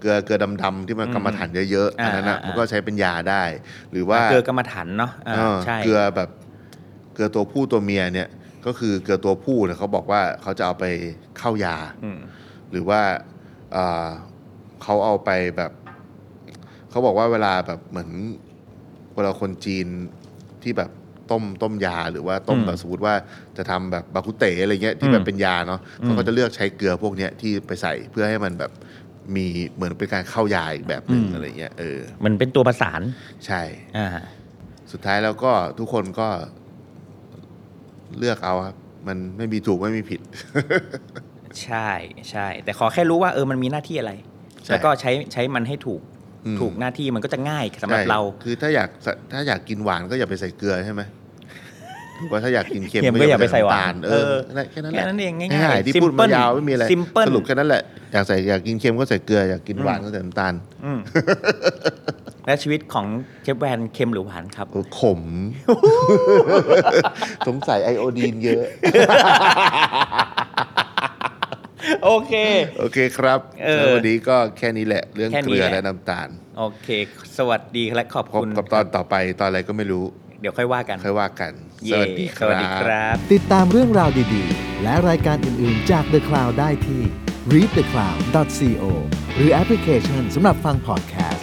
S2: เกลือเกลือดำๆที่มัน
S3: อืม
S2: กรรมฐานเยอะๆ
S3: อ่า
S2: อันนั้นนะ
S3: อ่ามั
S2: มันก็ใช้เป็นยาได้ หรือว่า
S3: เกลือกรรมฐานเนาะอ่า
S2: เออ
S3: ใช่
S2: เกลือแบบเกลือตัวผู้ตัวเมียเนี่ยก็คือเกลือตัวผู้เนี่ยเขาบอกว่าเขาจะเอาไปเข้ายา
S3: ม
S2: หรือว่าเอ่อเขาเอาไปแบบเขาบอกว่าเวลาแบบเหมือนเวลาคนจีนที่แบบต้มต้มยาหรือว่าต้มแบบสมมติว่าจะทำแบบบาคุเตะอะไรเงี้ยที่แบบเป็นยาเนาะเขาก็จะเลือกใช้เกลือพวกเนี้ยที่ไปใส่เพื่อให้มันแบบมีเหมือนเป็นการเข้ายาอีกแบบหนึ่งอะไรเงี้ยเออ
S3: มันเป็นตัวประสาน
S2: ใช่
S3: อ่า
S2: สุดท้ายแล้วก็ทุกคนก็เลือกเอาครับมันไม่มีถูกไม่มีผิด
S3: ใช่ใช่ แต่ขอแค่รู้ว่าเออมันมีหน้าที่อะไร
S2: ใช่
S3: แล้วก็ใช้ใช้มันให้ถูก
S2: อืม
S3: ถูกหน้าที่มันก็จะง่ายสำหรับเรา
S2: ใช่คือถ้าอยากถ้าอยากกินหวานก็อย่าไปใส่เกลือใช่ไหม หรือว่าถ้าอยากกินเค็ม
S3: เค็มก็อย่าไปใส่หวา
S2: ำต
S3: น
S2: ลเออนั่นแค่นั้นแหละ
S3: แค่นั้นเองง่ายๆ
S2: ง่ายๆที่พูด
S3: Simple
S2: มายาวไม่มีอะไร
S3: Simple
S2: สรุปแค่นั้นแหละ อยากใส่อยากกินเค็มก็ใส่เกลืออยากกินหวานก็ใส่น้ำตาล
S3: อืมและชีวิตของเชฟแวนเค็มหรือหวานครับ
S2: โอ้ขม สงสัยไอโอดีนเย อะ
S3: โอเค
S2: โอเคครับ
S3: เออ
S2: แล้ววันนี้ก็แค่นี้แหละ เรื่อง
S3: แค่นี้
S2: เกลือ
S3: แหละ
S2: และน้ำตาล
S3: โอเค สวัสดีและขอบ
S2: พบ
S3: คุณ
S2: กับตอนต่อไปตอนอะไรก็ไม่รู้
S3: เดี๋ยวค่อยว่ากัน
S2: ค่อยว่ากัน ส
S3: เย่
S2: วัสดีค
S3: สวัสดีค
S2: รั
S3: รับ
S1: ติดตามเรื่องราวดีๆ และรายการอื่นๆจาก The Cloud ได้ที่ readthecloud.co หรือแอปพลิเคชันสำหรับฟัง podcast